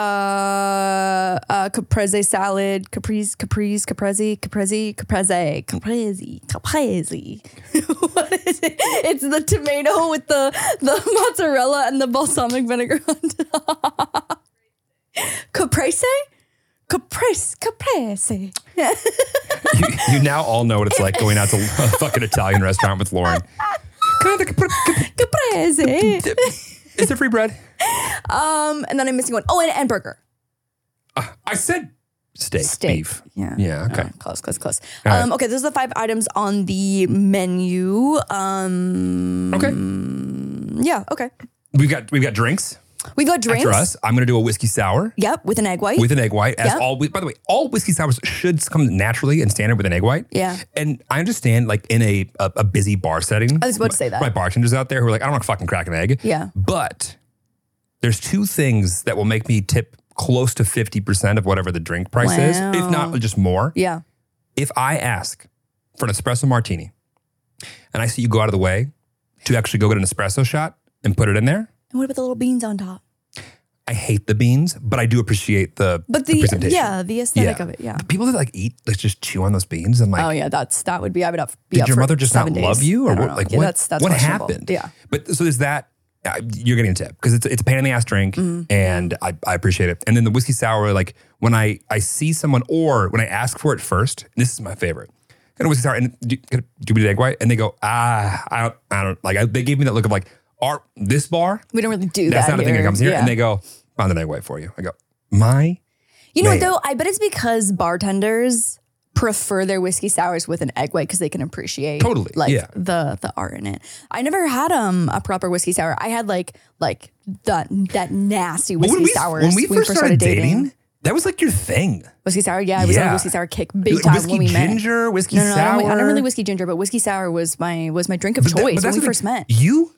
[SPEAKER 2] uh caprese salad, caprese, caprese, caprese, caprese, caprese, caprese, caprese. (laughs) what is it? It's the tomato with the the (laughs) mozzarella and the balsamic vinegar on top. caprese? Caprese, caprese.
[SPEAKER 1] (laughs) you, you now all know what it's like going out to a fucking Italian restaurant with Lauren. Kind of the-
[SPEAKER 2] Caprese.
[SPEAKER 1] Is there free bread?
[SPEAKER 2] Um, and then I'm missing one. Oh, and, and burger.
[SPEAKER 1] I said steak,
[SPEAKER 2] Steak.
[SPEAKER 1] beef.
[SPEAKER 2] Yeah.
[SPEAKER 1] Yeah. Okay.
[SPEAKER 2] Uh, close, close, close.
[SPEAKER 1] All right.
[SPEAKER 2] Um, okay, those are the five items on the menu.
[SPEAKER 1] Mm.
[SPEAKER 2] Um,
[SPEAKER 1] okay.
[SPEAKER 2] yeah, okay.
[SPEAKER 1] We've got we've got drinks.
[SPEAKER 2] We've got drinks.
[SPEAKER 1] After us, I'm gonna do a whiskey sour
[SPEAKER 2] Yep, with an egg white.
[SPEAKER 1] (laughs) with an egg white. As
[SPEAKER 2] Yeah.
[SPEAKER 1] all by the way, all whiskey sours should come naturally and standard with an egg white.
[SPEAKER 2] Yeah.
[SPEAKER 1] And I understand, like in a a, a busy bar setting.
[SPEAKER 2] I was about to say that.
[SPEAKER 1] My bartenders out there who are like, I don't want to fucking crack an egg.
[SPEAKER 2] Yeah.
[SPEAKER 1] But there's two things that will make me tip close to 50% of whatever the drink price is, if
[SPEAKER 2] Wow.
[SPEAKER 1] not just more.
[SPEAKER 2] yeah.
[SPEAKER 1] If I ask for an espresso martini and I see you go out of the way to actually go get an espresso shot and put it in there,
[SPEAKER 2] And what about the little beans on top?
[SPEAKER 1] I hate the beans, but I do appreciate the,
[SPEAKER 2] But the,
[SPEAKER 1] presentation.
[SPEAKER 2] yeah, the aesthetic
[SPEAKER 1] Yeah.
[SPEAKER 2] of it. Yeah.
[SPEAKER 1] The people that like eat, like just chew on those beans and like,
[SPEAKER 2] Oh yeah, that's that would be I would have. be
[SPEAKER 1] did
[SPEAKER 2] up
[SPEAKER 1] your
[SPEAKER 2] for
[SPEAKER 1] mother just not
[SPEAKER 2] seven days.
[SPEAKER 1] love you or
[SPEAKER 2] I don't
[SPEAKER 1] what,
[SPEAKER 2] know.
[SPEAKER 1] like
[SPEAKER 2] Yeah,
[SPEAKER 1] what,
[SPEAKER 2] that's, that's
[SPEAKER 1] what
[SPEAKER 2] questionable.
[SPEAKER 1] happened?
[SPEAKER 2] Yeah,
[SPEAKER 1] But so is that, uh, you're getting a tip because it's, it's a pain in the ass drink
[SPEAKER 2] Mm-hmm.
[SPEAKER 1] and I, I appreciate it. And then the whiskey sour, like when I, I see someone or when I ask for it first, this is my favorite. Got a whiskey sour and do, do you want an egg white? And they go, ah, I don't, I don't like, I, they gave me that look of like, are this bar?
[SPEAKER 2] we don't really do
[SPEAKER 1] That's
[SPEAKER 2] that.
[SPEAKER 1] not a thing that
[SPEAKER 2] here.
[SPEAKER 1] comes here.
[SPEAKER 2] Yeah.
[SPEAKER 1] And they go, found an egg white for you. I go, my
[SPEAKER 2] you know what
[SPEAKER 1] Man.
[SPEAKER 2] though? I bet it's because bartenders prefer their whiskey sours with an egg white because they can appreciate
[SPEAKER 1] Totally,
[SPEAKER 2] like
[SPEAKER 1] yeah.
[SPEAKER 2] the the art in it. I never had um a proper whiskey sour. I had like like that that nasty
[SPEAKER 1] But
[SPEAKER 2] whiskey sour.
[SPEAKER 1] when we first started, dating, that was like your thing.
[SPEAKER 2] whiskey sour. Yeah, I was on
[SPEAKER 1] Yeah.
[SPEAKER 2] a whiskey sour kick big
[SPEAKER 1] Like
[SPEAKER 2] time
[SPEAKER 1] whiskey
[SPEAKER 2] when we met.
[SPEAKER 1] ginger, whiskey
[SPEAKER 2] No, no, no, I don't, I
[SPEAKER 1] sour.
[SPEAKER 2] don't really whiskey ginger, but whiskey sour was my was my drink of
[SPEAKER 1] But that-
[SPEAKER 2] choice
[SPEAKER 1] but that's
[SPEAKER 2] when we
[SPEAKER 1] the
[SPEAKER 2] first
[SPEAKER 1] thing.
[SPEAKER 2] met.
[SPEAKER 1] You,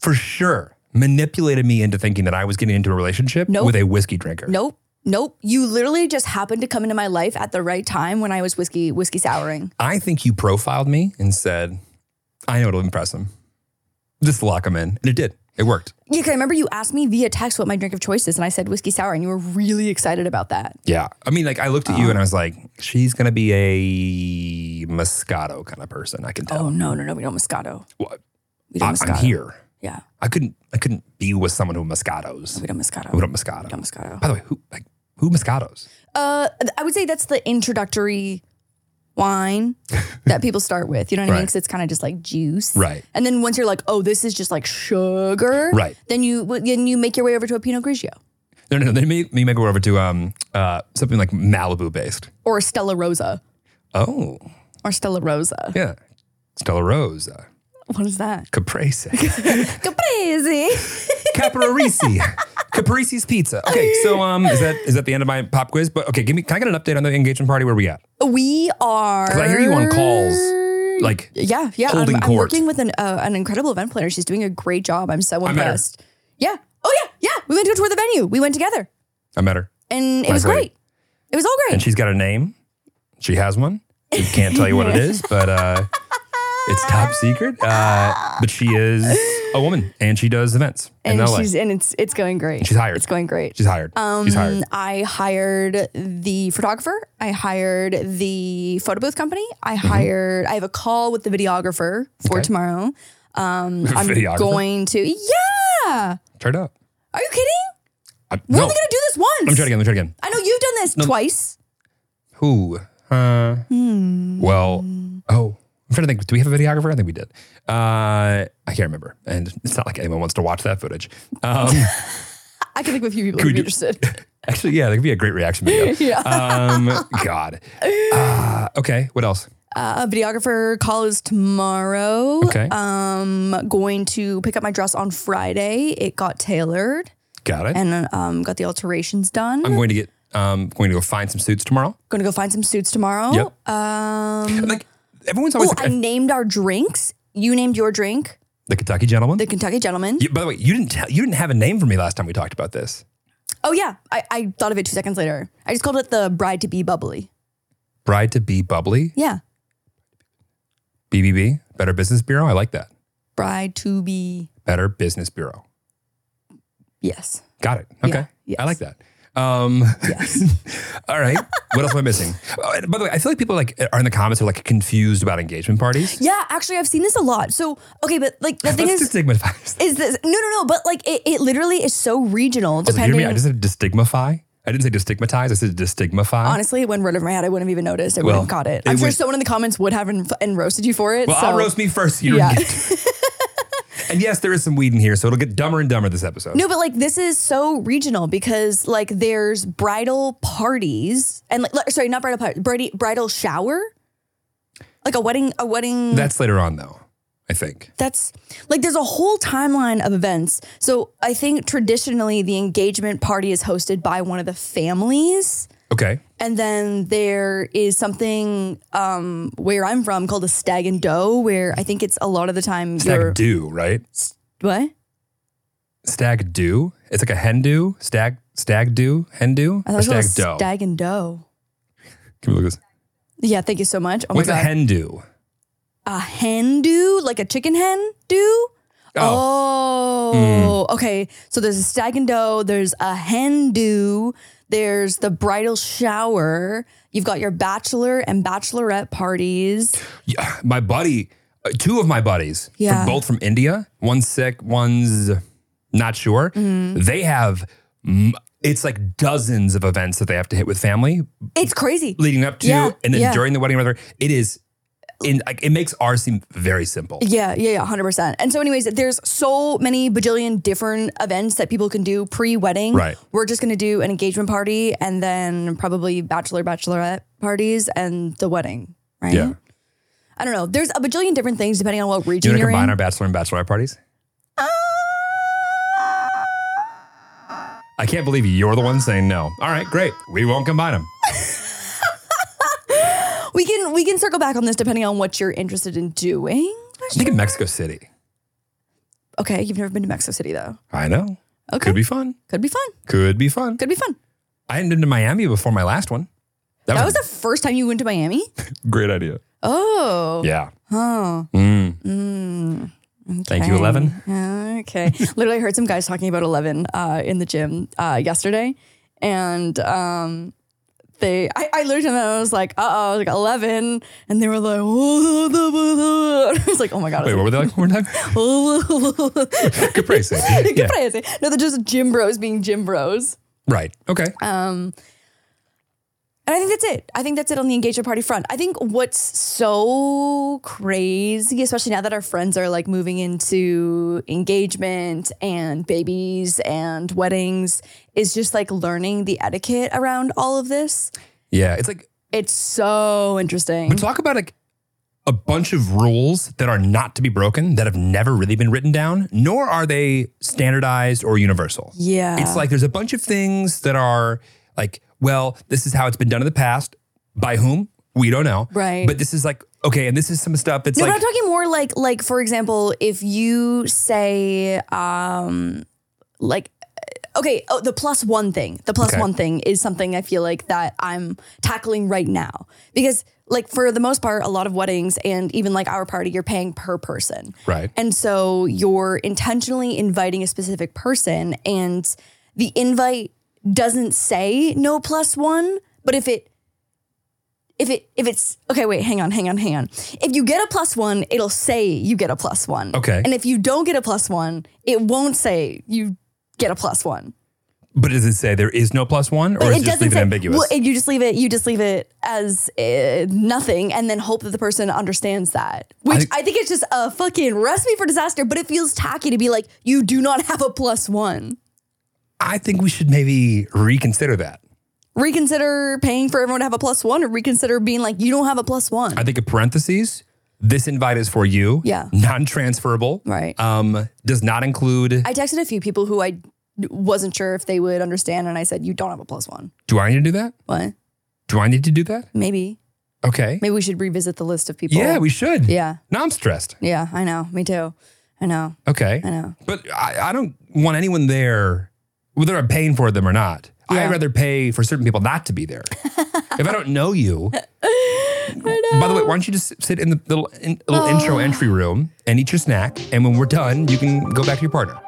[SPEAKER 1] for sure, manipulated me into thinking that I was getting into a relationship
[SPEAKER 2] Nope.
[SPEAKER 1] with a whiskey drinker.
[SPEAKER 2] Nope. Nope. You literally just happened to come into my life at the right time when I was whiskey whiskey souring.
[SPEAKER 1] I think you profiled me and said, I know it'll impress him. Just lock him in. And it did. It worked.
[SPEAKER 2] Yeah, 'cause I remember you asked me via text what my drink of choice is, and I said whiskey sour, and you were really excited about that.
[SPEAKER 1] Yeah. I mean, like, I looked at you
[SPEAKER 2] Uh-huh.
[SPEAKER 1] and I was like, she's going to be a Moscato kind of person. I can
[SPEAKER 2] Oh
[SPEAKER 1] tell.
[SPEAKER 2] no, no, no, we don't Moscato.
[SPEAKER 1] Well,
[SPEAKER 2] We
[SPEAKER 1] I,
[SPEAKER 2] don't Moscato.
[SPEAKER 1] am here.
[SPEAKER 2] Yeah,
[SPEAKER 1] I couldn't, I couldn't be with someone who Moscatos.
[SPEAKER 2] we don't Moscato.
[SPEAKER 1] We don't Moscato.
[SPEAKER 2] We don't Moscato.
[SPEAKER 1] By the way, who like who Moscatos?
[SPEAKER 2] Uh, I would say that's the introductory wine
[SPEAKER 1] (laughs)
[SPEAKER 2] that people start with. You know what I mean?
[SPEAKER 1] Right.
[SPEAKER 2] Because it's kind of just like juice,
[SPEAKER 1] Right.
[SPEAKER 2] And then once you're like, oh, this is just like sugar,
[SPEAKER 1] Right.
[SPEAKER 2] Then you then you make your way over to a Pinot Grigio
[SPEAKER 1] No, no, no. They may, may make it over to um uh something like Malibu based.
[SPEAKER 2] or a Stella Rosa
[SPEAKER 1] Oh
[SPEAKER 2] or Stella Rosa.
[SPEAKER 1] yeah, Stella Rosa,
[SPEAKER 2] What
[SPEAKER 1] (laughs)
[SPEAKER 2] is that?
[SPEAKER 1] Caprese,
[SPEAKER 2] Caprese.
[SPEAKER 1] Caprese, Caprese's Pizza. Okay, so um, is that is that the end of my pop quiz? But okay, give me. Can I get an update on the engagement party? Where we at?
[SPEAKER 2] We are.
[SPEAKER 1] 'Cause I hear you on calls, like
[SPEAKER 2] Yeah, yeah. I'm-
[SPEAKER 1] holding
[SPEAKER 2] I'm,
[SPEAKER 1] court.
[SPEAKER 2] working with an uh, an incredible event planner. She's doing a great job. I'm so
[SPEAKER 1] met her.
[SPEAKER 2] impressed. Yeah. Oh yeah, yeah. We went to a tour of the venue. We went together,
[SPEAKER 1] I met her,
[SPEAKER 2] and it
[SPEAKER 1] Nice
[SPEAKER 2] was
[SPEAKER 1] lady.
[SPEAKER 2] great. It was all great.
[SPEAKER 1] and she's got a name. She has one. We can't tell you what it is, but uh, it's top secret. Uh, but she is a woman, and she does events
[SPEAKER 2] and
[SPEAKER 1] in LA.
[SPEAKER 2] she's and it's it's going great.
[SPEAKER 1] She's hired.
[SPEAKER 2] It's going great. Um,
[SPEAKER 1] She's hired. She's hired.
[SPEAKER 2] I hired the photographer. I hired the photo booth company. I hired. I have a call with the videographer for
[SPEAKER 1] Mm-hmm. Okay. (laughs)
[SPEAKER 2] tomorrow. Um,
[SPEAKER 1] Videographer?
[SPEAKER 2] I'm going to. Yeah.
[SPEAKER 1] Turned up.
[SPEAKER 2] Are you kidding?
[SPEAKER 1] I,
[SPEAKER 2] We're
[SPEAKER 1] no.
[SPEAKER 2] only gonna do this once.
[SPEAKER 1] Let me try it again. Let me try it again.
[SPEAKER 2] I know you've done this twice.
[SPEAKER 1] Who? Uh, Well, oh, I'm trying to think. Do we have a videographer? I think we did. Uh, I can't remember. And it's not like anyone wants to watch that footage. Um, (laughs)
[SPEAKER 2] I can think of a few people
[SPEAKER 1] Could
[SPEAKER 2] who'd be
[SPEAKER 1] you-
[SPEAKER 2] interested.
[SPEAKER 1] actually, yeah, that could be a great reaction video.
[SPEAKER 2] (laughs) Yeah.
[SPEAKER 1] Um, God. Uh, okay. What else?
[SPEAKER 2] Uh, a videographer call is tomorrow.
[SPEAKER 1] Okay.
[SPEAKER 2] Um, going to pick up my dress on Friday. It got tailored
[SPEAKER 1] Got it.
[SPEAKER 2] and um, got the alterations done.
[SPEAKER 1] I'm going to get. Um, going to go find some suits tomorrow.
[SPEAKER 2] Gonna go find some suits tomorrow.
[SPEAKER 1] Yep.
[SPEAKER 2] Um,
[SPEAKER 1] (laughs) Like everyone's always
[SPEAKER 2] oh,
[SPEAKER 1] like,
[SPEAKER 2] I named our drinks. You named your drink,
[SPEAKER 1] the Kentucky gentleman.
[SPEAKER 2] the Kentucky Gentleman.
[SPEAKER 1] You- by the way, you didn't tell, you didn't have a name for me last time we talked about this.
[SPEAKER 2] Oh yeah, I, I thought of it two seconds later. I just called it the Bride to Be Bubbly.
[SPEAKER 1] Bride to be bubbly.
[SPEAKER 2] Yeah,
[SPEAKER 1] BBB, Better Business Bureau. I like that.
[SPEAKER 2] Bride to Be.
[SPEAKER 1] Better Business Bureau.
[SPEAKER 2] Yes.
[SPEAKER 1] Got it.
[SPEAKER 2] Yeah.
[SPEAKER 1] Okay.
[SPEAKER 2] Yes.
[SPEAKER 1] I like that. Um,
[SPEAKER 2] Yes.
[SPEAKER 1] (laughs) all right. What else am I missing? Oh, and by the way, I feel like people like are in the comments are like confused about engagement parties.
[SPEAKER 2] yeah, actually, I've seen this a lot. So okay, but
[SPEAKER 1] (laughs)
[SPEAKER 2] like the thing
[SPEAKER 1] Let's
[SPEAKER 2] is,
[SPEAKER 1] destigmatize. this.
[SPEAKER 2] is this no, no, no? But like it, it literally is so regional.
[SPEAKER 1] Also, Oh, hear
[SPEAKER 2] Depending,
[SPEAKER 1] me? I just said destigmatize. I didn't say destigmatize. I said destigmify.
[SPEAKER 2] (laughs) honestly, it went right over my head. I wouldn't have even noticed. I wouldn't
[SPEAKER 1] Well,
[SPEAKER 2] have caught it.
[SPEAKER 1] it
[SPEAKER 2] I'm sure
[SPEAKER 1] was-
[SPEAKER 2] someone in the comments would have and, and roasted you for it.
[SPEAKER 1] well,
[SPEAKER 2] so.
[SPEAKER 1] I'll roast me first. You
[SPEAKER 2] Yeah.
[SPEAKER 1] yeah. (laughs) And yes, there is some weed in here, so it'll get dumber and dumber this episode.
[SPEAKER 2] No, but like this is so regional because like there's bridal parties and like like, sorry, not bridal party, bridal, bridal shower, like a wedding, a wedding.
[SPEAKER 1] That's later on, though, I think.
[SPEAKER 2] that's like there's a whole timeline of events. So I think traditionally the engagement party is hosted by one of the families.
[SPEAKER 1] Okay.
[SPEAKER 2] And then there is something um, where I'm from called a stag and doe, where I think it's a lot of the time you're
[SPEAKER 1] Stag do, right?
[SPEAKER 2] what?
[SPEAKER 1] Stag do. It's like a hen do. Stag stag do. Hen do.
[SPEAKER 2] I thought
[SPEAKER 1] Or
[SPEAKER 2] it
[SPEAKER 1] stag
[SPEAKER 2] was
[SPEAKER 1] doe.
[SPEAKER 2] called a stag and doe.
[SPEAKER 1] Can we look at this?
[SPEAKER 2] Yeah, thank you so much. Oh
[SPEAKER 1] What's
[SPEAKER 2] my
[SPEAKER 1] a
[SPEAKER 2] god.
[SPEAKER 1] hen do?
[SPEAKER 2] a hen do, like a chicken hen do. Oh,
[SPEAKER 1] Hmm.
[SPEAKER 2] okay. So there's a stag and doe, there's a hen do, there's the bridal shower. You've got your bachelor and bachelorette parties.
[SPEAKER 1] Yeah, my buddy, uh, two of my buddies, from-
[SPEAKER 2] Yeah.
[SPEAKER 1] both from India. One's sick, one's not sure.
[SPEAKER 2] Mm-hmm.
[SPEAKER 1] They have. m- It's like dozens of events that they have to hit with family
[SPEAKER 2] It's crazy.
[SPEAKER 1] leading up to,
[SPEAKER 2] Yeah,
[SPEAKER 1] and then
[SPEAKER 2] yeah.
[SPEAKER 1] during the wedding. Rather, it is. In, like, it makes ours seem very simple.
[SPEAKER 2] Yeah, yeah, yeah, 100%. And so, anyways, there's so many bajillion different events that people can do pre wedding.
[SPEAKER 1] Right.
[SPEAKER 2] We're just going to do an engagement party and then probably bachelor, bachelorette parties and the wedding, right?
[SPEAKER 1] Yeah.
[SPEAKER 2] I don't know. There's a bajillion different things depending on what
[SPEAKER 1] Do
[SPEAKER 2] region
[SPEAKER 1] you want to
[SPEAKER 2] are
[SPEAKER 1] combine
[SPEAKER 2] in. Uh.
[SPEAKER 1] our bachelor and bachelorette parties? I can't believe you're the one saying no. All right, great. We won't combine them.
[SPEAKER 2] we can we can circle back on this depending on what you're interested in doing.
[SPEAKER 1] I think in Mexico City.
[SPEAKER 2] Okay, you've never been to Mexico City though.
[SPEAKER 1] I know.
[SPEAKER 2] Okay.
[SPEAKER 1] Could be fun.
[SPEAKER 2] Could be fun.
[SPEAKER 1] Could be fun.
[SPEAKER 2] Could be fun.
[SPEAKER 1] I hadn't been to Miami before my last one.
[SPEAKER 2] That was the first time you went
[SPEAKER 1] (laughs)
[SPEAKER 2] to Miami?
[SPEAKER 1] a great idea.
[SPEAKER 2] Oh.
[SPEAKER 1] Yeah.
[SPEAKER 2] Oh.
[SPEAKER 1] Mm. Thank you,
[SPEAKER 2] Okay.
[SPEAKER 1] 11.
[SPEAKER 2] Oh, Okay. (laughs) Literally heard some guys talking about 11 uh, in the gym uh, yesterday. And um, they, I, I looked at them and I was like, uh oh, like 11. And they were like, (laughs) oh, the, the, the. I was like, oh my God.
[SPEAKER 1] Wait, what were they like? We're not
[SPEAKER 2] (laughs)
[SPEAKER 1] Caprese. (laughs) Yeah.
[SPEAKER 2] Crazy. No, they're just gym bros being gym bros.
[SPEAKER 1] Right. Okay.
[SPEAKER 2] Um, and I think that's it. I think that's it on the engagement party front. I think what's so crazy, especially now that our friends are like moving into engagement and babies and weddings, is just like learning the etiquette around all of this.
[SPEAKER 1] Yeah. It's like,
[SPEAKER 2] It's so interesting.
[SPEAKER 1] we talk about like a bunch of rules that are not to be broken, that have never really been written down, nor are they standardized or universal.
[SPEAKER 2] yeah.
[SPEAKER 1] It's like there's a bunch of things that are like, well, this is how it's been done in the past. By whom? We don't know.
[SPEAKER 2] Right.
[SPEAKER 1] But this is like, okay, and this is some stuff that's
[SPEAKER 2] No, but
[SPEAKER 1] like,
[SPEAKER 2] I'm talking more like like for example, if you say um like okay, oh the plus one thing. The plus
[SPEAKER 1] Okay.
[SPEAKER 2] one thing is something I feel like that I'm tackling right now. Because like for the most part, a lot of weddings and even like our party, you're paying per person.
[SPEAKER 1] Right.
[SPEAKER 2] And so you're intentionally inviting a specific person and the invite doesn't say no plus one, but if it if it if it's okay, wait, hang on, hang on, hang on. If you get a plus one, it'll say you get a plus one.
[SPEAKER 1] Okay.
[SPEAKER 2] And if you don't get a plus one, it won't say you get a plus one.
[SPEAKER 1] but does it say there is no plus one or is it just leave it
[SPEAKER 2] say-
[SPEAKER 1] ambiguous?
[SPEAKER 2] Well, you just leave it. You just leave it as uh, nothing, and then hope that the person understands that. Which I,
[SPEAKER 1] I-
[SPEAKER 2] think it's just a fucking recipe for disaster. But it feels tacky to be like, you do not have a plus one.
[SPEAKER 1] I think we should maybe reconsider that.
[SPEAKER 2] Reconsider paying for everyone to have a plus one, or reconsider being like, you don't have a plus one.
[SPEAKER 1] I think a parentheses. This invite is for you.
[SPEAKER 2] Yeah.
[SPEAKER 1] Non-transferable.
[SPEAKER 2] Right.
[SPEAKER 1] Um, does not include.
[SPEAKER 2] I texted a few people who I wasn't sure if they would understand, and I said, you don't have a plus one.
[SPEAKER 1] do I need to do that?
[SPEAKER 2] What?
[SPEAKER 1] Do I need to do that?
[SPEAKER 2] Maybe.
[SPEAKER 1] Okay.
[SPEAKER 2] Maybe we should revisit the list of people.
[SPEAKER 1] Yeah, we should.
[SPEAKER 2] Yeah.
[SPEAKER 1] Now I'm stressed.
[SPEAKER 2] Yeah, I know. Me too. I know.
[SPEAKER 1] Okay.
[SPEAKER 2] I know.
[SPEAKER 1] But I, I don't want anyone there, whether I'm paying for them or not.
[SPEAKER 2] Yeah.
[SPEAKER 1] I'd rather pay for certain people not to be
[SPEAKER 2] (laughs)
[SPEAKER 1] there. if I don't know you. By the way, why don't you just sit in the little, in, little
[SPEAKER 2] Oh.
[SPEAKER 1] intro entry room and eat your snack? And when we're done, you can go back to your partner.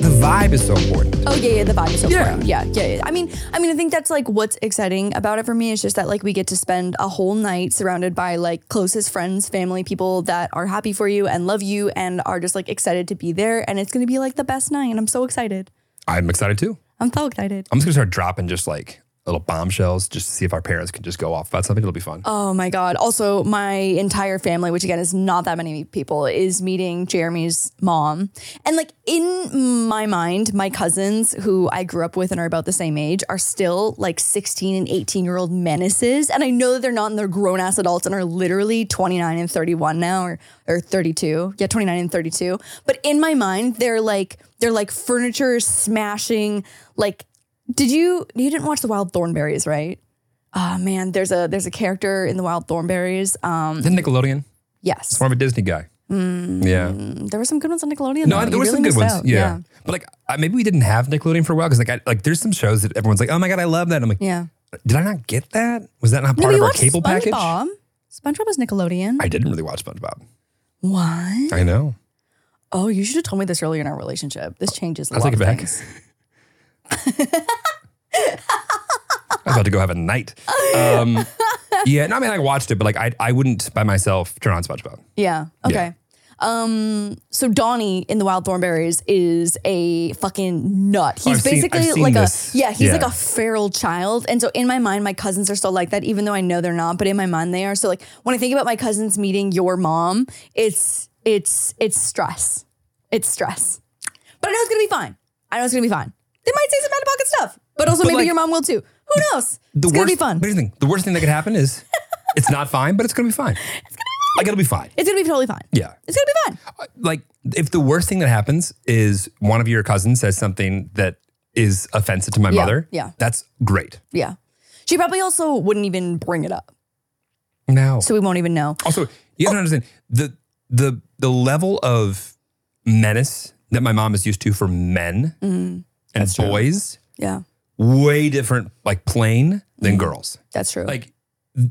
[SPEAKER 1] The vibe is so important.
[SPEAKER 2] Oh yeah, yeah, the vibe is so
[SPEAKER 1] Yeah.
[SPEAKER 2] yeah. yeah, yeah, yeah. I mean, I mean, I think that's like what's exciting about it for me. It's just that like we get to spend a whole night surrounded by like closest friends, family, people that are happy for you and love you and are just like excited to be there. And it's gonna be like the best night. And I'm so excited.
[SPEAKER 1] I'm excited too.
[SPEAKER 2] I'm so excited.
[SPEAKER 1] I'm just gonna start dropping just like little bombshells just to see if our parents can just go off about something. It'll be fun.
[SPEAKER 2] Oh my God. Also, my entire family, which again is not that many people, is meeting Jeremy's mom. And like in my mind, my cousins who I grew up with and are about the same age are still like 16 and 18 year old menaces. And I know that they're not and they're grown ass adults and are literally 29 and 31 now or, or 32. Yeah, 29 and 32. But in my mind, they're like, they're like furniture smashing. Like, did you, you didn't watch the Wild Thornberries, right? Oh man, there's a there's a character in the Wild Thornberries. Um,
[SPEAKER 1] Then Nickelodeon,
[SPEAKER 2] yes,
[SPEAKER 1] more of a Disney guy.
[SPEAKER 2] Hmm.
[SPEAKER 1] yeah.
[SPEAKER 2] there were some good ones on Nickelodeon.
[SPEAKER 1] No,
[SPEAKER 2] though.
[SPEAKER 1] there
[SPEAKER 2] You
[SPEAKER 1] were
[SPEAKER 2] really
[SPEAKER 1] some good
[SPEAKER 2] missed
[SPEAKER 1] ones.
[SPEAKER 2] out.
[SPEAKER 1] Yeah. But like I, maybe we didn't have Nickelodeon for a while because like I, like there's some shows that everyone's like, oh my god, I love that. I'm like,
[SPEAKER 2] yeah.
[SPEAKER 1] did I not get that? Was that not part
[SPEAKER 2] No, but
[SPEAKER 1] of
[SPEAKER 2] you
[SPEAKER 1] our
[SPEAKER 2] watched
[SPEAKER 1] cable package?
[SPEAKER 2] SpongeBob. SpongeBob was Nickelodeon.
[SPEAKER 1] I didn't really watch SpongeBob.
[SPEAKER 2] what?
[SPEAKER 1] I know.
[SPEAKER 2] Oh, you should have told me this earlier in our relationship. This changes. i
[SPEAKER 1] I'll take it back. I was about to go have a night. Um, yeah, no, I mean, I watched it, but like, I, I wouldn't by myself turn on SpongeBob.
[SPEAKER 2] Yeah. Okay. Um. So Donnie in the Wild Thornberries is a fucking nut. He's
[SPEAKER 1] I've seen- I've
[SPEAKER 2] basically
[SPEAKER 1] seen
[SPEAKER 2] like
[SPEAKER 1] this.
[SPEAKER 2] a yeah. He's
[SPEAKER 1] Yeah.
[SPEAKER 2] like a feral child, and so in my mind, my cousins are still like that, even though I know they're not. But in my mind, they are. So like when I think about my cousins meeting your mom, it's it's it's stress. It's stress. But I know it's gonna be fine. I know it's gonna be fine. They might say some out of pocket stuff, but also maybe
[SPEAKER 1] like-
[SPEAKER 2] your mom will too. Who knows?
[SPEAKER 1] The
[SPEAKER 2] it's
[SPEAKER 1] worst,
[SPEAKER 2] gonna be fun.
[SPEAKER 1] But here's the thing, the worst thing that could happen is it's not fine, but it's going to be
[SPEAKER 2] (laughs)
[SPEAKER 1] fine. Like, it'll be fine.
[SPEAKER 2] It's gonna be totally fine.
[SPEAKER 1] Yeah.
[SPEAKER 2] It's gonna be fine.
[SPEAKER 1] Like, if the worst thing that happens is one of your cousins says something that is offensive to my mother,
[SPEAKER 2] yeah.
[SPEAKER 1] that's great.
[SPEAKER 2] Yeah. She probably also wouldn't even bring it up.
[SPEAKER 1] No.
[SPEAKER 2] so we won't even know.
[SPEAKER 1] Also, you have to understand the the the level of menace that my mom is used to for men
[SPEAKER 2] Mm.
[SPEAKER 1] and boys
[SPEAKER 2] Yeah,
[SPEAKER 1] way different like plane
[SPEAKER 2] Mm.
[SPEAKER 1] than girls.
[SPEAKER 2] that's true.
[SPEAKER 1] Like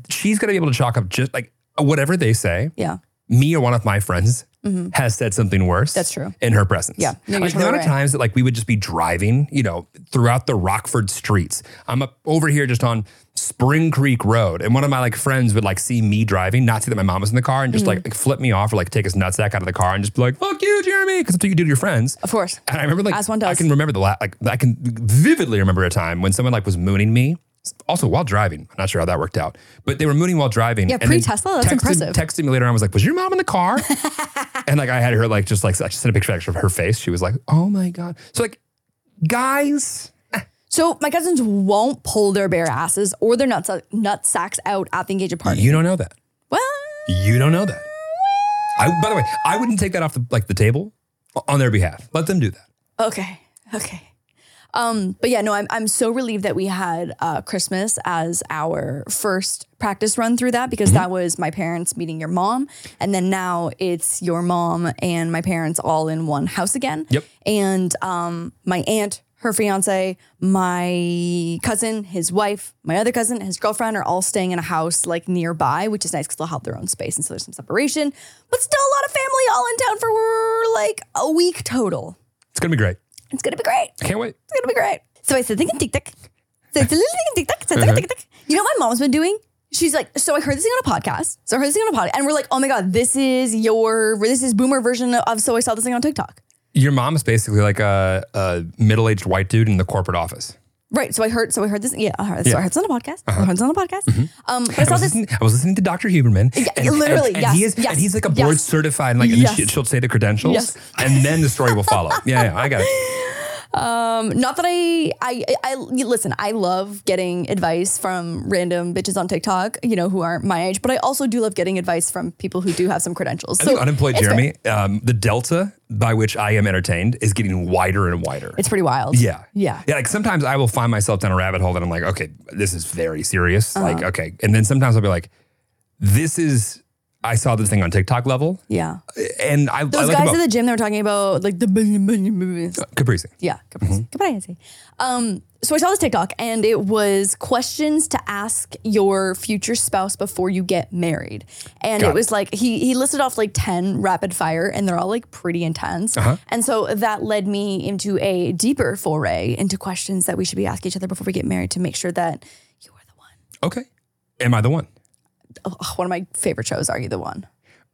[SPEAKER 1] she's gonna be able to chalk up just like whatever they say.
[SPEAKER 2] yeah,
[SPEAKER 1] Me or one of my friends has said something worse.
[SPEAKER 2] Mm-hmm. That's true.
[SPEAKER 1] In her presence.
[SPEAKER 2] Yeah. No, you're
[SPEAKER 1] like the
[SPEAKER 2] totally
[SPEAKER 1] amount of
[SPEAKER 2] right.
[SPEAKER 1] times that like we would just be driving, you know, throughout the Rockford streets. I'm up over here just on Spring Creek Road, and one of my like friends would like see me driving, not see that my mom was in the car, and just
[SPEAKER 2] Mm-hmm.
[SPEAKER 1] like, like, flip me off or like take his nutsack out of the car and just be like, "Fuck you, Jeremy," because that's what you do to your friends.
[SPEAKER 2] of course.
[SPEAKER 1] And I remember like
[SPEAKER 2] As one does.
[SPEAKER 1] I can remember the la- like I can vividly remember a time when someone like was mooning me. Also while driving, I'm not sure how that worked out, but they were mooning while driving.
[SPEAKER 2] Yeah,
[SPEAKER 1] and then
[SPEAKER 2] pre-Tesla, that's
[SPEAKER 1] texted,
[SPEAKER 2] impressive.
[SPEAKER 1] Texted me later on, was like, "Was your mom in the
[SPEAKER 2] (laughs)
[SPEAKER 1] car?" and like I had her like just like I just sent a picture actually of her face. She was like, "Oh my god!" So like, guys,
[SPEAKER 2] So my cousins won't pull their bare asses or their nut nut sacks out at the engagement party.
[SPEAKER 1] you don't know that.
[SPEAKER 2] well,
[SPEAKER 1] You don't know that. I by the way, I wouldn't take that off the like the table on their behalf. Let them do that.
[SPEAKER 2] okay, okay. Um, but yeah, no, I'm I'm so relieved that we had uh, Christmas as our first practice run through that because that was my parents meeting your mom, and then now it's your mom and my parents all in one house again.
[SPEAKER 1] Yep.
[SPEAKER 2] and um, my aunt, her fiance, my cousin, his wife, my other cousin, his girlfriend are all staying in a house like nearby, which is nice because they'll have their own space, and so there's some separation, but still a lot of family all in town for like a week total.
[SPEAKER 1] It's gonna be great.
[SPEAKER 2] It's gonna be great.
[SPEAKER 1] I can't wait.
[SPEAKER 2] It's gonna be great. So I said, thinking tic tac. So it's a little tic tac. So
[SPEAKER 1] Mm-hmm.
[SPEAKER 2] tick, tick, tick. You know what my mom's been doing? She's like, so I heard this thing on a podcast. So I heard this thing on a podcast, and we're like, oh my god, this is your, this is boomer version of. So I saw this thing on TikTok.
[SPEAKER 1] Your mom is basically like a, a middle aged white dude in the corporate office.
[SPEAKER 2] Right. So I heard. So I heard this. Yeah. I heard, So I heard this on a podcast. I heard this on a podcast. Um, but
[SPEAKER 1] Uh-huh. Mm-hmm. (laughs)
[SPEAKER 2] I
[SPEAKER 1] I
[SPEAKER 2] saw
[SPEAKER 1] was,
[SPEAKER 2] this.
[SPEAKER 1] listening, I was listening to Dr. Huberman.
[SPEAKER 2] literally,
[SPEAKER 1] and,
[SPEAKER 2] yes,
[SPEAKER 1] he is,
[SPEAKER 2] yes,
[SPEAKER 1] and he's like a
[SPEAKER 2] yes.
[SPEAKER 1] board certified, like, and then
[SPEAKER 2] Yes.
[SPEAKER 1] she, she'll say the credentials,
[SPEAKER 2] Yes.
[SPEAKER 1] and then the story will follow. yeah, yeah, I
[SPEAKER 2] (laughs)
[SPEAKER 1] got it.
[SPEAKER 2] um, Not that I, I, I, I- listen. I love getting advice from random bitches on TikTok, you know, who aren't my age. But I also do love getting advice from people who do have some credentials.
[SPEAKER 1] I think unemployed
[SPEAKER 2] it's fair.
[SPEAKER 1] Jeremy, um, the delta by which I am entertained is getting wider and wider.
[SPEAKER 2] It's pretty wild.
[SPEAKER 1] yeah.
[SPEAKER 2] Yeah.
[SPEAKER 1] Yeah. Like sometimes I will find myself down a rabbit hole that I'm
[SPEAKER 2] Uh-huh.
[SPEAKER 1] like, okay, this is very serious. Like, okay. And then sometimes I'll be like, this is I saw this thing on TikTok level,
[SPEAKER 2] Yeah.
[SPEAKER 1] and I I
[SPEAKER 2] Those
[SPEAKER 1] like
[SPEAKER 2] guys
[SPEAKER 1] about
[SPEAKER 2] at the gym, they were talking about like the. billion, billion, billion-
[SPEAKER 1] Caprese.
[SPEAKER 2] Yeah,
[SPEAKER 1] Mm-hmm.
[SPEAKER 2] Caprese. Caprese. Um, so I saw this TikTok and it was questions to ask your future spouse before you get married. And
[SPEAKER 1] Got
[SPEAKER 2] it was
[SPEAKER 1] it.
[SPEAKER 2] like he he listed off like 10 rapid fire and they're all like pretty intense.
[SPEAKER 1] Uh-huh.
[SPEAKER 2] And so that led me into a deeper foray into questions that we should be asking each other before we get married to make sure that you are the one.
[SPEAKER 1] Okay, am I the one?
[SPEAKER 2] Oh, one of my favorite shows, Are You the One?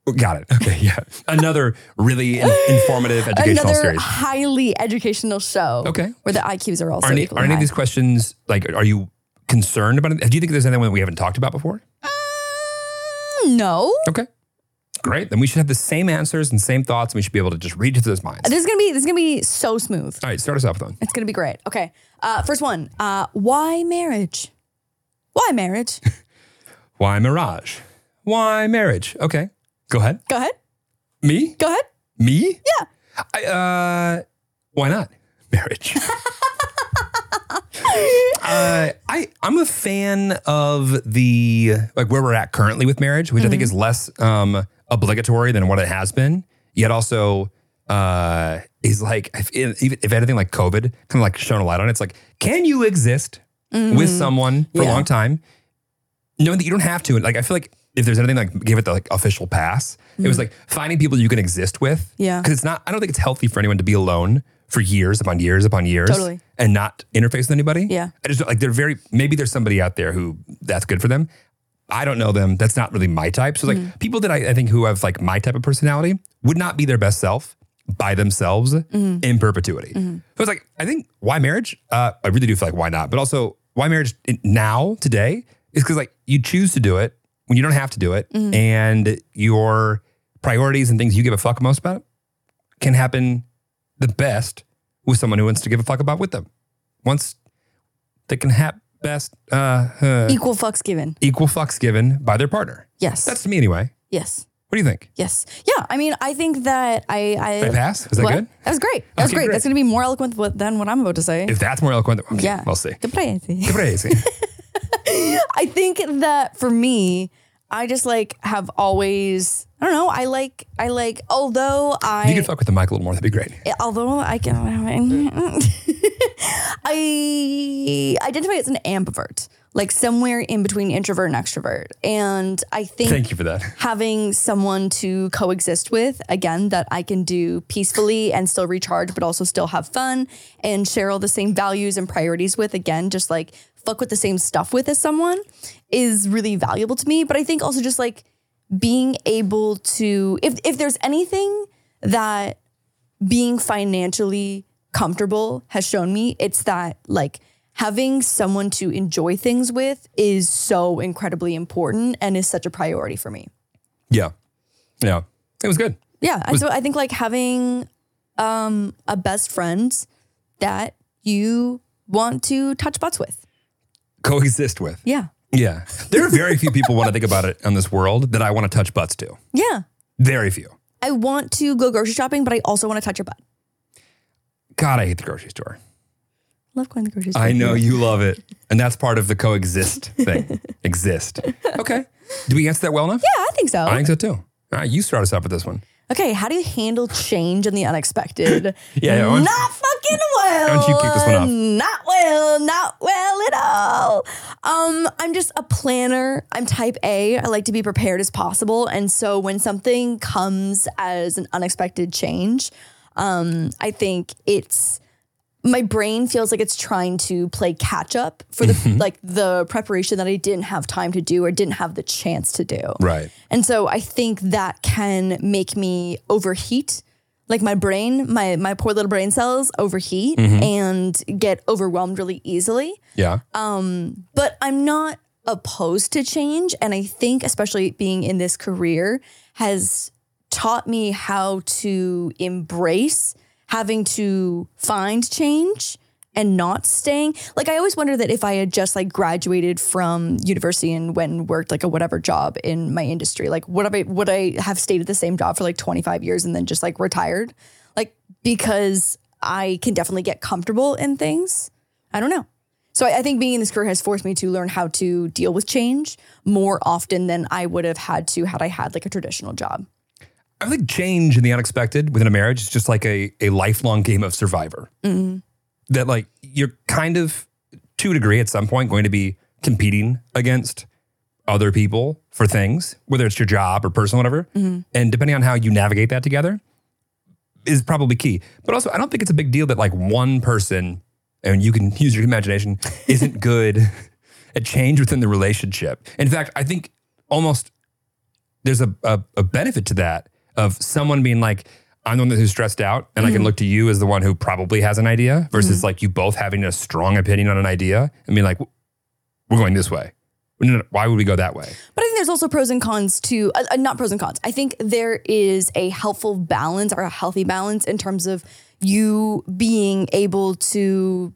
[SPEAKER 1] Oh, Got it. Okay, yeah. (laughs) Another really in- informative educational
[SPEAKER 2] Another
[SPEAKER 1] series.
[SPEAKER 2] highly educational show.
[SPEAKER 1] Okay.
[SPEAKER 2] Where the IQs are also
[SPEAKER 1] Are any,
[SPEAKER 2] equally
[SPEAKER 1] are any of
[SPEAKER 2] high.
[SPEAKER 1] these questions like? Are you concerned about it? Do you think there's anyone that we haven't talked about before?
[SPEAKER 2] no.
[SPEAKER 1] Okay, great. Then we should have the same answers and same thoughts, and we should be able to just read to those minds.
[SPEAKER 2] This is gonna be this is gonna be so smooth.
[SPEAKER 1] All right, start us off then.
[SPEAKER 2] It's gonna be great. Okay. Uh, first one. Uh, why marriage? Why
[SPEAKER 1] (laughs)
[SPEAKER 2] marriage?
[SPEAKER 1] Why Mirage? Why marriage? Okay, go ahead.
[SPEAKER 2] Go ahead.
[SPEAKER 1] Me?
[SPEAKER 2] Go ahead.
[SPEAKER 1] Me? Yeah. I, uh, why not? (laughs) Marriage. uh, I I'm a fan of the like where we're at currently with marriage, which I think is less um, obligatory than what it has been. Yet also uh, is like if if if anything like COVID kind of like shone a light on it. It's like can you exist with someone for a
[SPEAKER 2] Yeah.
[SPEAKER 1] long time, knowing that you don't have to. And like I feel like if there's anything like give it the like official pass, it was like finding people you can exist with.
[SPEAKER 2] Mm. Yeah.
[SPEAKER 1] because it's not. I don't think it's healthy for anyone to be alone for years upon years upon years
[SPEAKER 2] Totally.
[SPEAKER 1] and not interface with anybody.
[SPEAKER 2] Yeah.
[SPEAKER 1] I just like they're very maybe there's somebody out there who that's good for them. I don't know them. That's not really my type. So like people that I, I think who have like my type of personality would not be their best self by themselves in perpetuity. So it's like I think why marriage? Uh, I really do feel like why not? But also why marriage in- now today is because like you choose to do it when you don't have to do it, and your priorities and things you give a fuck most about can happen the best with someone who wants to give a fuck about with them. Once they can have best uh, uh,
[SPEAKER 2] Equal fucks given.
[SPEAKER 1] equal fucks given by their partner.
[SPEAKER 2] Yes.
[SPEAKER 1] That's to me anyway.
[SPEAKER 2] yes.
[SPEAKER 1] What do you think?
[SPEAKER 2] Yes. Yeah. I mean, I think that I. I
[SPEAKER 1] Did I pass? Was that
[SPEAKER 2] What?
[SPEAKER 1] good?
[SPEAKER 2] That was great. That was
[SPEAKER 1] Okay,
[SPEAKER 2] great.
[SPEAKER 1] great.
[SPEAKER 2] That's gonna be more eloquent with- than what I'm about to say.
[SPEAKER 1] If that's more eloquent, okay,
[SPEAKER 2] yeah.
[SPEAKER 1] we'll see.
[SPEAKER 2] Good play, Anthony.
[SPEAKER 1] (laughs) Crazy.
[SPEAKER 2] (laughs) I think that for me, I just like have always. I don't know. I like. I like. Although I.
[SPEAKER 1] you could fuck with the mic a little more. That'd be great.
[SPEAKER 2] Eh, although I
[SPEAKER 1] Mm.
[SPEAKER 2] can, (laughs) I identify as an ambivert, like somewhere in between introvert and extrovert. And I think
[SPEAKER 1] Thank you for that.
[SPEAKER 2] having someone to coexist with, again, that I can do peacefully and still recharge, but also still have fun and share all the same values and priorities with, again, just like fuck with the same stuff with as someone is really valuable to me. But I think also just like being able to, if, if there's anything that being financially comfortable has shown me it's that like having someone to enjoy things with is so incredibly important and is such a priority for me.
[SPEAKER 1] Yeah. Yeah. It was good.
[SPEAKER 2] Yeah, and so I think like having um a best friend that you want to touch butts with.
[SPEAKER 1] Coexist with.
[SPEAKER 2] Yeah.
[SPEAKER 1] Yeah. There are very few people when I think about it on this world that I want to touch butts to.
[SPEAKER 2] Yeah.
[SPEAKER 1] Very few.
[SPEAKER 2] I want to go grocery shopping, but I also want to touch your butt.
[SPEAKER 1] God, I hate the grocery store.
[SPEAKER 2] Love going to the grocery store.
[SPEAKER 1] I know
[SPEAKER 2] (laughs)
[SPEAKER 1] you love it. And that's part of the coexist thing. Exist. Okay. Do we answer that well enough?
[SPEAKER 2] Yeah, I think so.
[SPEAKER 1] I think so too. All right, you start us off with this one.
[SPEAKER 2] okay, how do you handle change and the unexpected?
[SPEAKER 1] (clears throat) Yeah, yeah, why don't-
[SPEAKER 2] not fucking well.
[SPEAKER 1] why don't you kick this one off?
[SPEAKER 2] Not well, not well at all. Um, I'm just a planner. I'm type A. I like to be prepared as possible, and so when something comes as an unexpected change, um, I think it's my brain feels like it's trying to play catch up for
[SPEAKER 1] Mm-hmm.
[SPEAKER 2] the like the preparation that I didn't have time to do or didn't have the chance to do.
[SPEAKER 1] Right.
[SPEAKER 2] And so I think that can make me overheat. Like my brain, my my poor little brain cells overheat and get overwhelmed really easily.
[SPEAKER 1] Yeah.
[SPEAKER 2] But I'm not opposed to change and I think especially being in this career has taught me how to embrace having to find change and not staying. Like I always wonder that if I had just like graduated from university and went and worked like a whatever job in my industry, like would I would I have stayed at the same job for like 25 years and then just like retired? Like because I can definitely get comfortable in things. I don't know. So I, I think being in this career has forced me to learn how to deal with change more often than I would have had to had I had like a traditional job.
[SPEAKER 1] I think change and the unexpected within a marriage is just like a, a lifelong game of survivor. That like you're kind of to a degree at some point going to be competing against other people for things, whether it's your job or personal, whatever. And depending on how you navigate that together is probably key. But also I don't think it's a big deal that like one person, and you can (laughs) use your imagination, isn't good at change within the relationship. In fact, I think almost there's a, a, a benefit to that of someone being like, I'm the one who's stressed out, and I can look to you as the one who probably has an idea versus like you both having a strong opinion on an idea and being like, we're going this way. No, no, no, why would we go that way?
[SPEAKER 2] But I think there's also pros and cons to, uh, uh, not pros and cons. I think there is a helpful balance or a healthy balance in terms of you being able to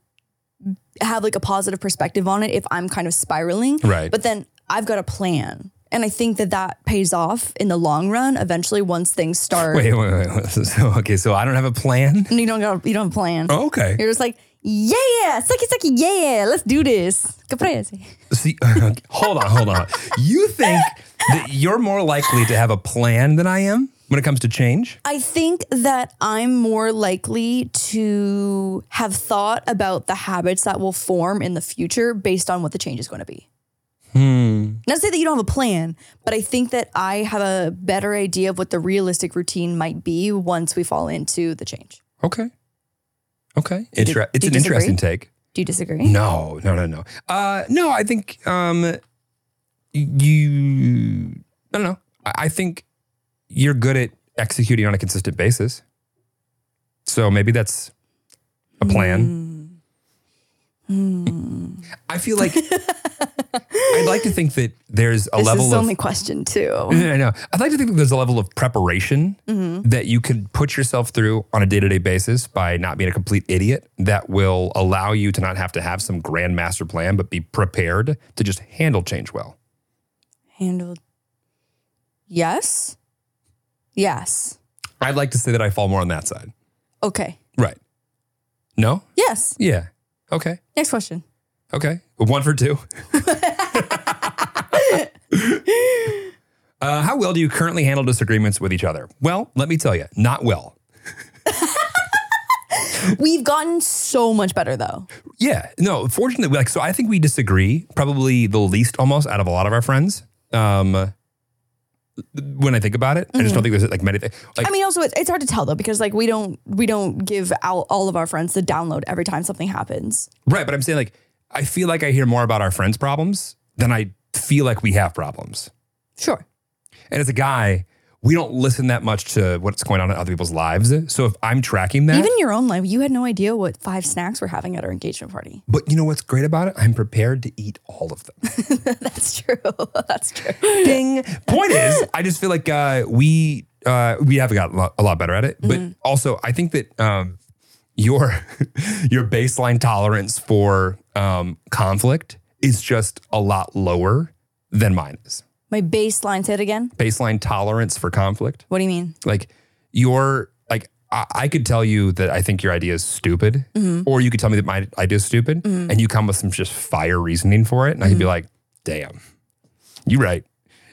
[SPEAKER 2] have like a positive perspective on it if I'm kind of spiraling.
[SPEAKER 1] Right.
[SPEAKER 2] But then I've got a plan. And I think that that pays off in the long run. Eventually, once things start,
[SPEAKER 1] Wait, wait, wait. (laughs) wait. So, okay, so I don't have a plan.
[SPEAKER 2] and you don't got you don't have a plan.
[SPEAKER 1] Oh, okay.
[SPEAKER 2] You're just like, yeah, sucky, sucky, yeah, let's do this. Caprese.
[SPEAKER 1] See, (laughs) hold on, hold on. You think that you're more likely to have a plan than I am when it comes to change?
[SPEAKER 2] I think that I'm more likely to have thought about the habits that will form in the future based on what the change is going to be. Hmm. Not to say that you don't have a plan, but I think that I have a better idea of what the realistic routine might be once we fall into the change.
[SPEAKER 1] Okay. Okay. Inter- it's
[SPEAKER 2] do you
[SPEAKER 1] an
[SPEAKER 2] disagree?
[SPEAKER 1] interesting take.
[SPEAKER 2] Do you disagree?
[SPEAKER 1] No, no, no, no. Uh, no, I think um, you. I don't know. I, I think you're good at executing on a consistent basis. So maybe that's a plan.
[SPEAKER 2] Hmm.
[SPEAKER 1] I feel like (laughs) I'd like to think that there's a
[SPEAKER 2] This
[SPEAKER 1] level
[SPEAKER 2] is the
[SPEAKER 1] of
[SPEAKER 2] only question too.
[SPEAKER 1] (clears throat) I know. I'd like to think that there's a level of preparation that you could put yourself through on a day to day basis by not being a complete idiot that will allow you to not have to have some grand master plan, but be prepared to just handle change well.
[SPEAKER 2] Handled. Yes. Yes.
[SPEAKER 1] I'd like to say that I fall more on that side.
[SPEAKER 2] Okay.
[SPEAKER 1] Right. No?
[SPEAKER 2] Yes.
[SPEAKER 1] Yeah. Okay.
[SPEAKER 2] Next question.
[SPEAKER 1] Okay. One for two. (laughs) uh, how well do you currently handle disagreements with each other? Well, let me tell you, not well.
[SPEAKER 2] We've gotten so much better though.
[SPEAKER 1] Yeah, no. Fortunately, like so, I think we disagree probably the least almost out of a lot of our friends. Um, when I think about it, I just don't think there's like many things. Like,
[SPEAKER 2] Mm-hmm. I mean, also it's, it's hard to tell though because like we don't we don't give out all of our friends the download every time something happens.
[SPEAKER 1] right, but I'm saying like I feel like I hear more about our friends' problems than I feel like we have problems.
[SPEAKER 2] Sure.
[SPEAKER 1] And as a guy, we don't listen that much to what's going on in other people's lives. So if I'm tracking that,
[SPEAKER 2] Even in your own life, you had no idea what five snacks we're having at our engagement party. (laughs)
[SPEAKER 1] but you know what's great about it? I'm prepared to eat all of them.
[SPEAKER 2] That's true. (laughs) That's true.
[SPEAKER 1] Ding. Point is, I just feel like uh, we uh, we have got a lot, a lot better at it, but also I think that um, your (laughs) your baseline tolerance for um, conflict is just a lot lower than mine is.
[SPEAKER 2] My baseline. Say it again.
[SPEAKER 1] Baseline tolerance for conflict,
[SPEAKER 2] What do you mean?
[SPEAKER 1] like your like I, I could tell you that I think your idea is stupid,
[SPEAKER 2] Mm-hmm.
[SPEAKER 1] or you could tell me that my idea is stupid, and you come with some just fire reasoning for it, and I
[SPEAKER 2] Mm-hmm.
[SPEAKER 1] could be like, "Damn, you're right,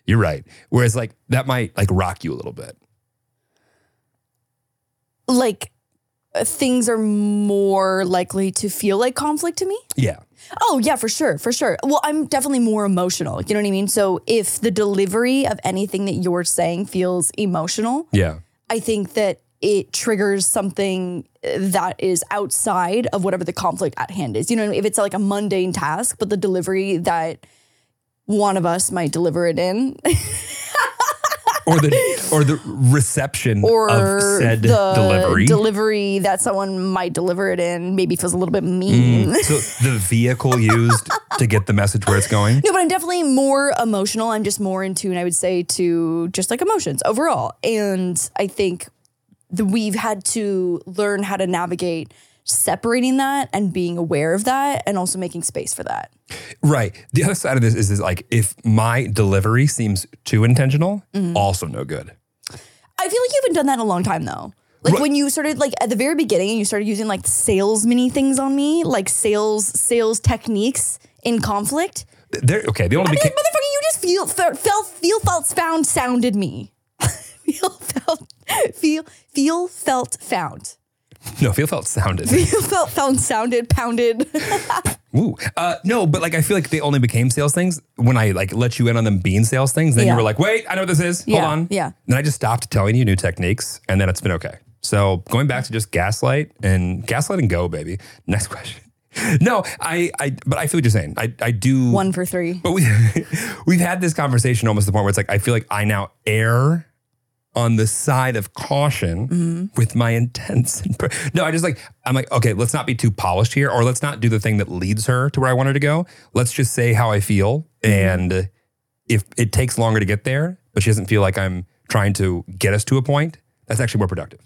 [SPEAKER 1] you're right." Whereas like that might like rock you a little bit.
[SPEAKER 2] Like uh, things are more likely to feel like conflict to me.
[SPEAKER 1] Yeah,
[SPEAKER 2] Oh, yeah, for sure, for sure. Well, I'm definitely more emotional. You know what I mean? So if the delivery of anything that you're saying feels emotional,
[SPEAKER 1] yeah,
[SPEAKER 2] I think that it triggers something uh, that is outside of whatever the conflict at hand is. You know, what I mean? if it's like a mundane task, but the delivery that one of us might deliver
[SPEAKER 1] (laughs)
[SPEAKER 2] it in,
[SPEAKER 1] or
[SPEAKER 2] (laughs)
[SPEAKER 1] the or the reception
[SPEAKER 2] or
[SPEAKER 1] of said
[SPEAKER 2] the
[SPEAKER 1] delivery.
[SPEAKER 2] delivery that someone might deliver it in, maybe feels a little bit mean.
[SPEAKER 1] Mm, so the vehicle used to get the message where it's going.
[SPEAKER 2] No, but I'm definitely more emotional. I'm just more in tune, I would say, to just like emotions overall. And I think that we've had to learn how to navigate separating that and being aware of that and also making space for that.
[SPEAKER 1] Right. The other side of this is, is like if my delivery
[SPEAKER 2] Mm-hmm.
[SPEAKER 1] seems too intentional, also no good.
[SPEAKER 2] I feel like you haven't done that in a long time though. Like
[SPEAKER 1] Right.
[SPEAKER 2] when you started like at the very beginning and you started using like salesman things on me, like sales sales techniques in conflict.
[SPEAKER 1] They're, okay, they only
[SPEAKER 2] I'd be
[SPEAKER 1] became.
[SPEAKER 2] like, motherfucker, you just feel fe- felt feel felt found sounded me. (laughs) feel felt feel feel felt found. (laughs)
[SPEAKER 1] no, feel felt sounded.
[SPEAKER 2] Feel felt found sounded pounded. (laughs)
[SPEAKER 1] Ooh. Uh, no, but like I feel like they only became sales things when I like let you in on them being sales things. Then
[SPEAKER 2] Yeah.
[SPEAKER 1] you were like, wait, I know what this is.
[SPEAKER 2] Yeah,
[SPEAKER 1] Hold on.
[SPEAKER 2] yeah.
[SPEAKER 1] Then I just stopped telling you new techniques and then it's been okay. So going back to just gaslight and gaslight and go, baby. Next (laughs) question. No, I, I, but I feel what you're saying. I, I do.
[SPEAKER 2] One for three.
[SPEAKER 1] But we, (laughs) we've had this conversation almost to the point where it's like, I feel like I now err on the side of caution
[SPEAKER 2] Mm-hmm.
[SPEAKER 1] with my intents. and pr- No, I just like, I'm like, okay, let's not be too polished here, or let's not do the thing that leads her to where I want her to go. Let's just say how I feel.
[SPEAKER 2] Mm-hmm.
[SPEAKER 1] And if it takes longer to get there, but she doesn't feel like I'm trying to get us to a point, that's actually more productive.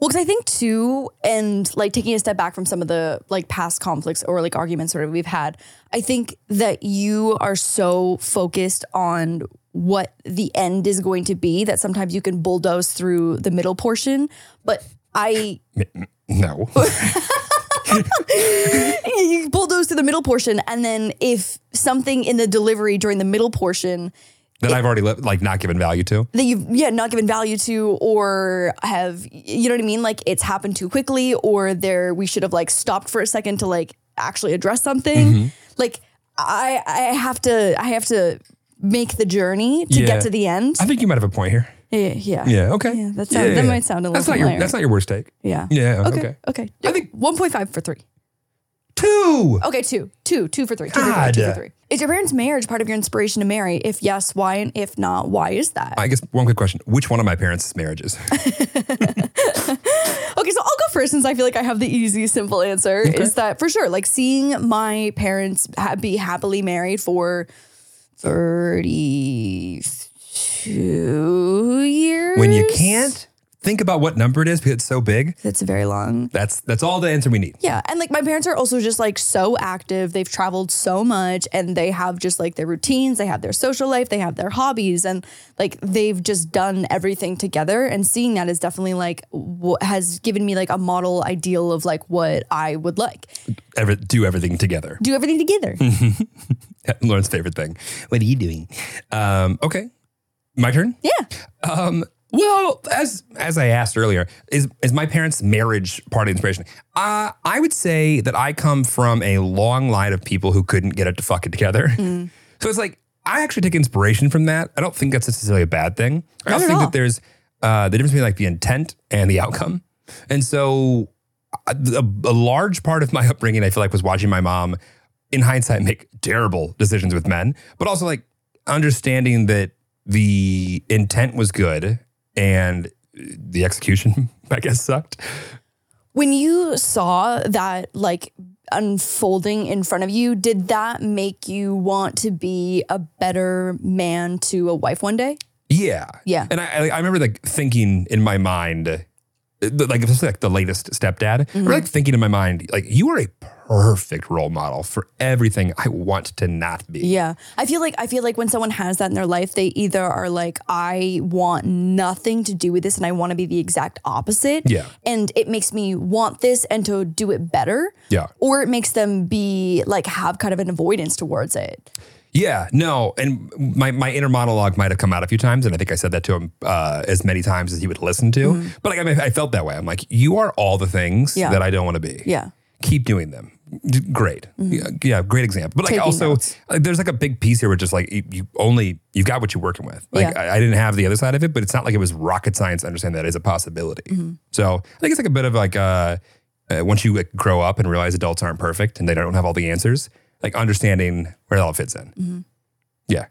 [SPEAKER 2] Well, because I think too, and like taking a step back from some of the like past conflicts or like arguments sort of we've had, I think that you are so focused on what the end is going to be that sometimes you can bulldoze through the middle portion. But I (laughs)
[SPEAKER 1] No.
[SPEAKER 2] you bulldoze through the middle portion, and then if something in the delivery during the middle portion
[SPEAKER 1] that I've already let, like not given value to.
[SPEAKER 2] that you've yeah not given value to or have you know what I mean like it's happened too quickly or there we should have like stopped for a second to like actually address something
[SPEAKER 1] Mm-hmm.
[SPEAKER 2] like I I have to I have to make the journey to
[SPEAKER 1] Yeah.
[SPEAKER 2] get to the end
[SPEAKER 1] I think you might have a point here.
[SPEAKER 2] yeah yeah
[SPEAKER 1] Yeah. Okay.
[SPEAKER 2] Yeah, that sound- that might sound a little
[SPEAKER 1] That's not your.
[SPEAKER 2] familiar.
[SPEAKER 1] That's not your worst take.
[SPEAKER 2] yeah
[SPEAKER 1] Yeah,
[SPEAKER 2] okay okay,
[SPEAKER 1] okay. I think-
[SPEAKER 2] one point five for three
[SPEAKER 1] Two.
[SPEAKER 2] okay two two two for three two, for three,
[SPEAKER 1] God.
[SPEAKER 2] two for three is your parents' marriage part of your inspiration to marry if yes why and if not why is that
[SPEAKER 1] I guess one quick question: Which one of my parents' (laughs) marriages?
[SPEAKER 2] Okay, so I'll go first since I feel like I have the easy, simple answer is that for sure, like seeing my parents ha- be happily married for 32 years.
[SPEAKER 1] when you can't think about what number it is because it's so big,
[SPEAKER 2] That's very long.
[SPEAKER 1] that's that's all the answer we need.
[SPEAKER 2] Yeah. And like my parents are also just like so active. They've traveled so much and they have just like their routines, they have their social life, they have their hobbies, and like they've just done everything together. And seeing that is definitely like what has given me like a model ideal of like what I would like.
[SPEAKER 1] Ever do everything together. (laughs)
[SPEAKER 2] Do everything together.
[SPEAKER 1] Lauren's favorite thing. What are you doing? Um, okay, my turn.
[SPEAKER 2] (laughs) Yeah.
[SPEAKER 1] Um, well, as as I asked earlier, is is my parents' marriage part of the inspiration? Uh, I would say that I come from a long line of people who couldn't get it to fuck it together.
[SPEAKER 2] Mm.
[SPEAKER 1] (laughs) So it's like I actually take inspiration from that. I don't think that's necessarily a bad thing. I also
[SPEAKER 2] at
[SPEAKER 1] think
[SPEAKER 2] all.
[SPEAKER 1] that there's uh, the difference between like the intent and the outcome, and so a, a a large part of my upbringing, I feel like, was watching my mom, in hindsight, make terrible decisions with men, but also like understanding that the intent was good and the execution, (laughs) I guess, sucked.
[SPEAKER 2] When you saw that like unfolding in front of you, did that make you want to be a better man to a wife one day?
[SPEAKER 1] Yeah.
[SPEAKER 2] Yeah.
[SPEAKER 1] And I, I- I remember like thinking in my mind, uh, like especially like the latest stepdad. I remember like thinking in my mind, like you are a perfect role model for everything I want to not be.
[SPEAKER 2] Yeah. I feel like I feel like when someone has that in their life, they either are like I want nothing to do with this and I want to be the exact opposite.
[SPEAKER 1] Yeah.
[SPEAKER 2] And it makes me want this and to do it better.
[SPEAKER 1] Yeah.
[SPEAKER 2] Or it makes them be like have kind of an avoidance towards it.
[SPEAKER 1] Yeah, no, and my, my inner monologue might have come out a few times, and I think I said that to him uh, as many times as he would listen to. But like, I, mean, I felt that way. I'm like, you are all the things
[SPEAKER 2] Mm-hmm. Yeah.
[SPEAKER 1] that I don't want to be.
[SPEAKER 2] Yeah.
[SPEAKER 1] keep doing them. D- Great, yeah, yeah, great example. But like,
[SPEAKER 2] Mm-hmm.
[SPEAKER 1] also,
[SPEAKER 2] Taking notes.
[SPEAKER 1] like, there's like a big piece here, which is like you, you only you got what you're working with. Like,
[SPEAKER 2] Yeah.
[SPEAKER 1] I, I didn't have the other side of it, but it's not like it was rocket science. to Understand that is a possibility.
[SPEAKER 2] Mm-hmm.
[SPEAKER 1] So I think it's like a bit of like uh, uh, once you like grow up and realize adults aren't perfect and they don't have all the answers, like understanding where it all fits in.
[SPEAKER 2] Mm-hmm.
[SPEAKER 1] Yeah.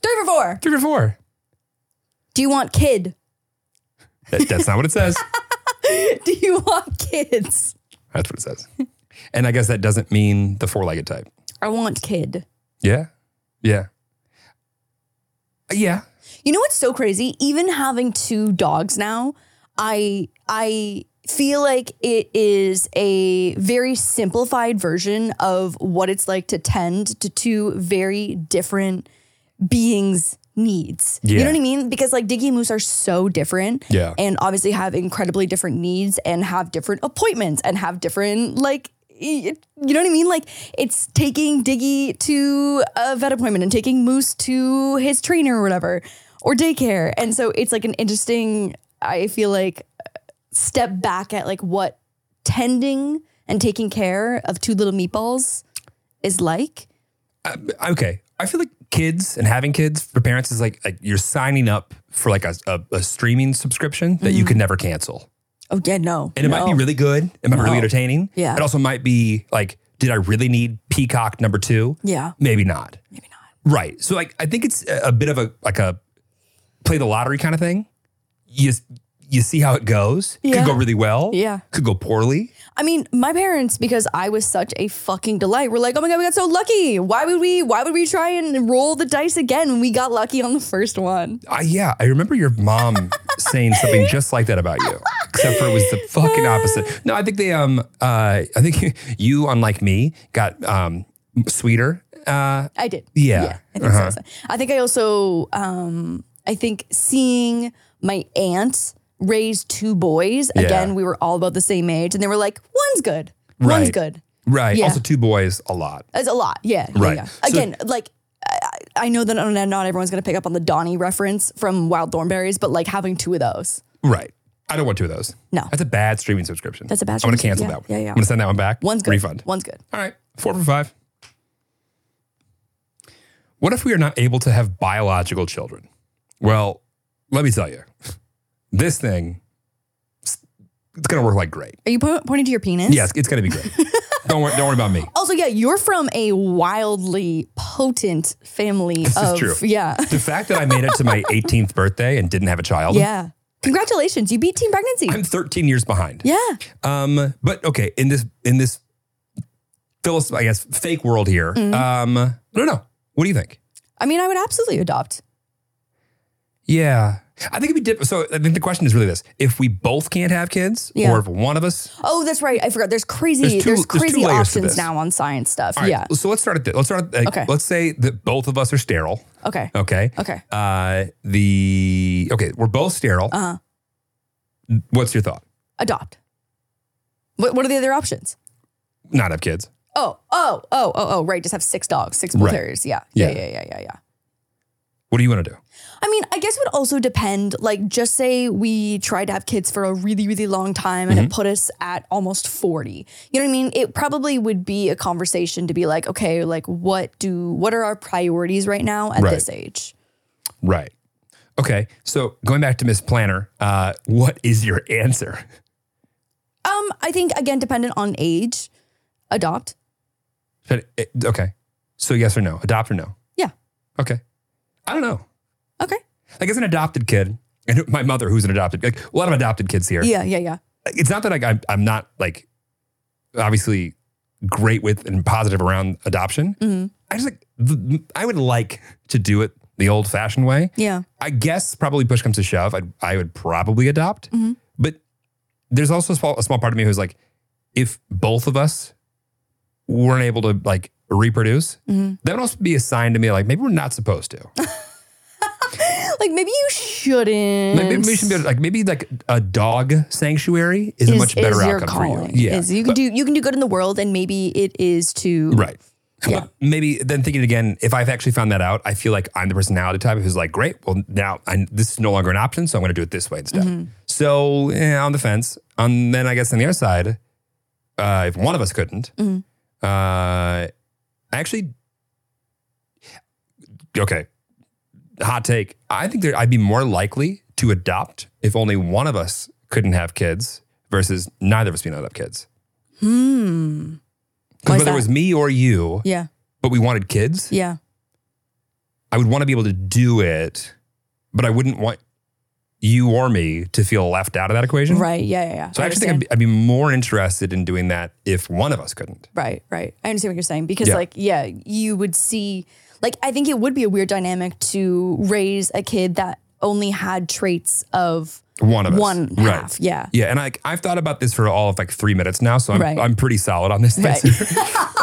[SPEAKER 2] Three for four.
[SPEAKER 1] Three for four.
[SPEAKER 2] Do you want kid? (laughs)
[SPEAKER 1] That, that's not what it says.
[SPEAKER 2] Do you want kids?
[SPEAKER 1] That's what it says. And I guess that doesn't mean the four legged type.
[SPEAKER 2] I want kid.
[SPEAKER 1] Yeah. Yeah. Yeah.
[SPEAKER 2] You know what's so crazy? Even having two dogs now, I I feel like it is a very simplified version of what it's like to tend to two very different beings needs. You
[SPEAKER 1] Yeah.
[SPEAKER 2] know what I mean? Because like Diggy and Moose are so different.
[SPEAKER 1] Yeah.
[SPEAKER 2] And obviously have incredibly different needs and have different appointments and have different like y- you know what I mean? Like it's taking Diggy to a vet appointment and taking Moose to his trainer or whatever or daycare. And so it's like an interesting I feel like step back at like what tending and taking care of two little meatballs is like.
[SPEAKER 1] okay. I feel like kids and having kids for parents is like like you're signing up for like a, a, a streaming subscription that you could never cancel.
[SPEAKER 2] Oh yeah, Mm-hmm. no.
[SPEAKER 1] And it might be really good. It might be really
[SPEAKER 2] No.
[SPEAKER 1] entertaining.
[SPEAKER 2] Yeah.
[SPEAKER 1] It also might be like, did I really need Peacock number two?
[SPEAKER 2] Yeah.
[SPEAKER 1] Maybe not.
[SPEAKER 2] Maybe not.
[SPEAKER 1] Right. So like I think it's a a bit of a like a play the lottery kind of thing. You you see how it goes.
[SPEAKER 2] Yeah.
[SPEAKER 1] Could go really well.
[SPEAKER 2] Yeah.
[SPEAKER 1] Could go poorly.
[SPEAKER 2] I mean, my parents, because I was such a fucking delight, were like, oh my god, we got so lucky. Why would we why would we try and roll the dice again when we got lucky on the first one?
[SPEAKER 1] I, yeah, I remember your mom saying something just like that about you, except for it was the fucking opposite. No, I think they um uh I think (laughs) you unlike me got um sweeter. Uh
[SPEAKER 2] I did.
[SPEAKER 1] Yeah. Uh-huh.
[SPEAKER 2] I think so. I think I also um I think seeing my aunt raise two boys,
[SPEAKER 1] Yeah.
[SPEAKER 2] again, we were all about the same age, and they were like, one's good. One's
[SPEAKER 1] Right.
[SPEAKER 2] good.
[SPEAKER 1] right.
[SPEAKER 2] Yeah.
[SPEAKER 1] Also two boys a lot.
[SPEAKER 2] It's a lot. Yeah. yeah,
[SPEAKER 1] Right.
[SPEAKER 2] yeah.
[SPEAKER 1] So-
[SPEAKER 2] Again, like I, I know that not everyone's going to pick up on the Donnie reference from Wild Thornberries, but like having two of those.
[SPEAKER 1] Right. I don't want two of those.
[SPEAKER 2] No.
[SPEAKER 1] That's a bad streaming subscription.
[SPEAKER 2] That's a bad
[SPEAKER 1] I'm gonna
[SPEAKER 2] streaming-
[SPEAKER 1] cancel
[SPEAKER 2] yeah,
[SPEAKER 1] that one.
[SPEAKER 2] yeah, yeah.
[SPEAKER 1] I'm gonna send that one back.
[SPEAKER 2] One's good.
[SPEAKER 1] Refund.
[SPEAKER 2] One's good.
[SPEAKER 1] All right. Four for five. What if we are not able to have biological children? Well, let me tell you, this thing, it's going to work like great.
[SPEAKER 2] Are you po- pointing to your penis?
[SPEAKER 1] Yes, it's going to be
[SPEAKER 2] (laughs)
[SPEAKER 1] great. don't, worry, don't worry about me.
[SPEAKER 2] Also, yeah, you're from a wildly potent
[SPEAKER 1] (laughs)
[SPEAKER 2] family
[SPEAKER 1] This is
[SPEAKER 2] of
[SPEAKER 1] true.
[SPEAKER 2] yeah.
[SPEAKER 1] The fact that I made it to my 18th birthday and didn't have a child,
[SPEAKER 2] yeah. Congratulations. You beat teen pregnancy.
[SPEAKER 1] I'm 13 years behind.
[SPEAKER 2] yeah.
[SPEAKER 1] Um, but okay, in this in this philis, I guess, fake world here.
[SPEAKER 2] Mm-hmm.
[SPEAKER 1] Um, I don't know. What do you think?
[SPEAKER 2] I mean, I would absolutely adopt.
[SPEAKER 1] Yeah, I think it'd be different. So I think the question is really this: if we both can't have kids,
[SPEAKER 2] Yeah.
[SPEAKER 1] or if one of us,
[SPEAKER 2] Oh, that's right. I forgot. There's crazy
[SPEAKER 1] There's
[SPEAKER 2] there's,
[SPEAKER 1] two- there's
[SPEAKER 2] crazy
[SPEAKER 1] two layers to
[SPEAKER 2] options
[SPEAKER 1] this.
[SPEAKER 2] now on science stuff.
[SPEAKER 1] all right.
[SPEAKER 2] Yeah.
[SPEAKER 1] So let's start at this. Let's start. At, like,
[SPEAKER 2] Okay.
[SPEAKER 1] Let's say that both of us are sterile.
[SPEAKER 2] Okay.
[SPEAKER 1] Okay.
[SPEAKER 2] Okay.
[SPEAKER 1] Uh, the okay, we're both sterile.
[SPEAKER 2] Uh-huh.
[SPEAKER 1] What's your thought?
[SPEAKER 2] Adopt. What what are the other options?
[SPEAKER 1] Not have kids.
[SPEAKER 2] Oh, oh, oh, oh, oh, right. Just have six dogs, six bull
[SPEAKER 1] Right.
[SPEAKER 2] terriers. Yeah. Yeah.
[SPEAKER 1] Yeah.
[SPEAKER 2] Yeah. Yeah. Yeah. Yeah.
[SPEAKER 1] What do you want to do?
[SPEAKER 2] I mean, I guess it would also depend. Like, just say we tried to have kids for a really, really long time
[SPEAKER 1] Mm-hmm.
[SPEAKER 2] and it put us at almost 40. You know what I mean? It probably would be a conversation to be like, okay, like, what do, what are our priorities right now at
[SPEAKER 1] Right.
[SPEAKER 2] this age?
[SPEAKER 1] Right. Okay. So going back to Miss Planner, uh, what is your answer?
[SPEAKER 2] Um, I think, again, dependent on age, adopt.
[SPEAKER 1] But it- eh, okay. So yes or no? Adopt or no?
[SPEAKER 2] Yeah.
[SPEAKER 1] Okay. I don't know.
[SPEAKER 2] Okay.
[SPEAKER 1] Like as an adopted kid, and my mother, who's an adopted, like a lot of adopted kids here.
[SPEAKER 2] Yeah. Yeah. Yeah.
[SPEAKER 1] It's not that like, I'm, I'm not like obviously great with and positive around adoption. I just like the, I would like to do it the old fashioned way.
[SPEAKER 2] Yeah.
[SPEAKER 1] I guess probably push comes to shove, I'd, I would probably adopt. But there's also a small, a small part of me who's like, if both of us weren't able to like reproduce, that would also be a sign to me like maybe we're not supposed to.
[SPEAKER 2] Like, maybe you shouldn't.
[SPEAKER 1] Like, maybe we should be like maybe like a dog sanctuary is, a much better
[SPEAKER 2] your
[SPEAKER 1] outcome
[SPEAKER 2] calling.
[SPEAKER 1] for you. Yeah,
[SPEAKER 2] Is- you can
[SPEAKER 1] But-
[SPEAKER 2] do you can do good in the world, and maybe it is to
[SPEAKER 1] right.
[SPEAKER 2] Yeah.
[SPEAKER 1] But maybe then thinking again, if I've actually found that out, I feel like I'm the personality type who's like, great, well now I, this is no longer an option, so I'm going to do it this way instead.
[SPEAKER 2] Mm-hmm.
[SPEAKER 1] So eh, on the fence, and then I guess on the other side, uh, if one of us couldn't,
[SPEAKER 2] Mm-hmm.
[SPEAKER 1] uh, I actually, okay, hot take. I think there, I'd be more likely to adopt if only one of us couldn't have kids versus neither of us being able to have kids.
[SPEAKER 2] Hmm.
[SPEAKER 1] Because
[SPEAKER 2] Why's
[SPEAKER 1] whether it
[SPEAKER 2] that?
[SPEAKER 1] was me or you,
[SPEAKER 2] Yeah.
[SPEAKER 1] but we wanted kids,
[SPEAKER 2] Yeah.
[SPEAKER 1] I would want to be able to do it, but I wouldn't want you or me to feel left out of that equation.
[SPEAKER 2] Right. Yeah. Yeah. yeah.
[SPEAKER 1] Mm-hmm. So I, actually think
[SPEAKER 2] understand.
[SPEAKER 1] I'd be, I'd be more interested in doing that if one of us couldn't.
[SPEAKER 2] Right, right. I understand what you're saying because,
[SPEAKER 1] Yeah.
[SPEAKER 2] like, yeah, you would see, like, I think it would be a weird dynamic to raise a kid that only had traits of
[SPEAKER 1] One of us.
[SPEAKER 2] one
[SPEAKER 1] Right.
[SPEAKER 2] half. Yeah.
[SPEAKER 1] Yeah, and I, I've thought about this for all of like three minutes now, so I'm,
[SPEAKER 2] Right.
[SPEAKER 1] I'm pretty solid on this.
[SPEAKER 2] Right.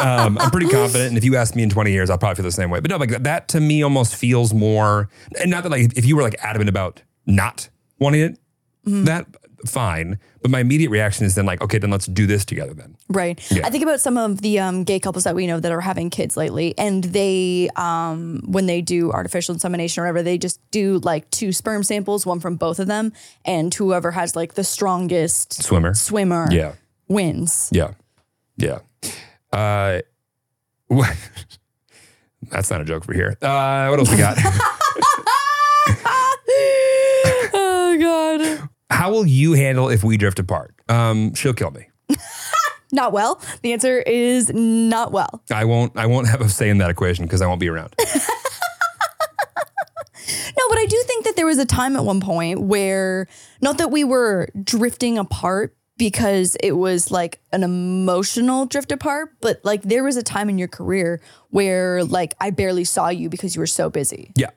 [SPEAKER 2] (laughs)
[SPEAKER 1] um, I'm pretty confident, and if you ask me in 20 years, I'll probably feel the same way. But no, like that, that to me almost feels more, and not that like if you were like adamant about not wanting it,
[SPEAKER 2] Mm-hmm.
[SPEAKER 1] that fine. But my immediate reaction is then like, okay, then let's do this together then.
[SPEAKER 2] Right. I think about some of the um, gay couples that we know that are having kids lately, and they, um, when they do artificial insemination or whatever, they just do like two sperm samples, one from both of them, and whoever has like the strongest
[SPEAKER 1] Swimmer.
[SPEAKER 2] swimmer
[SPEAKER 1] Yeah.
[SPEAKER 2] wins.
[SPEAKER 1] Yeah. Yeah. Uh, wha- (laughs) that's not a joke for here. Uh, what else we
[SPEAKER 2] (laughs)
[SPEAKER 1] got?
[SPEAKER 2] (laughs) oh God.
[SPEAKER 1] How will you handle if we drift apart? Um, she'll kill me.
[SPEAKER 2] Not well. The answer is not well.
[SPEAKER 1] I won't. I won't have a say in that equation because I won't be around.
[SPEAKER 2] No, but I do think that there was a time at one point where not that we were drifting apart because it was like an emotional drift apart, but like there was a time in your career where like I barely saw you because you were so busy.
[SPEAKER 1] yeah.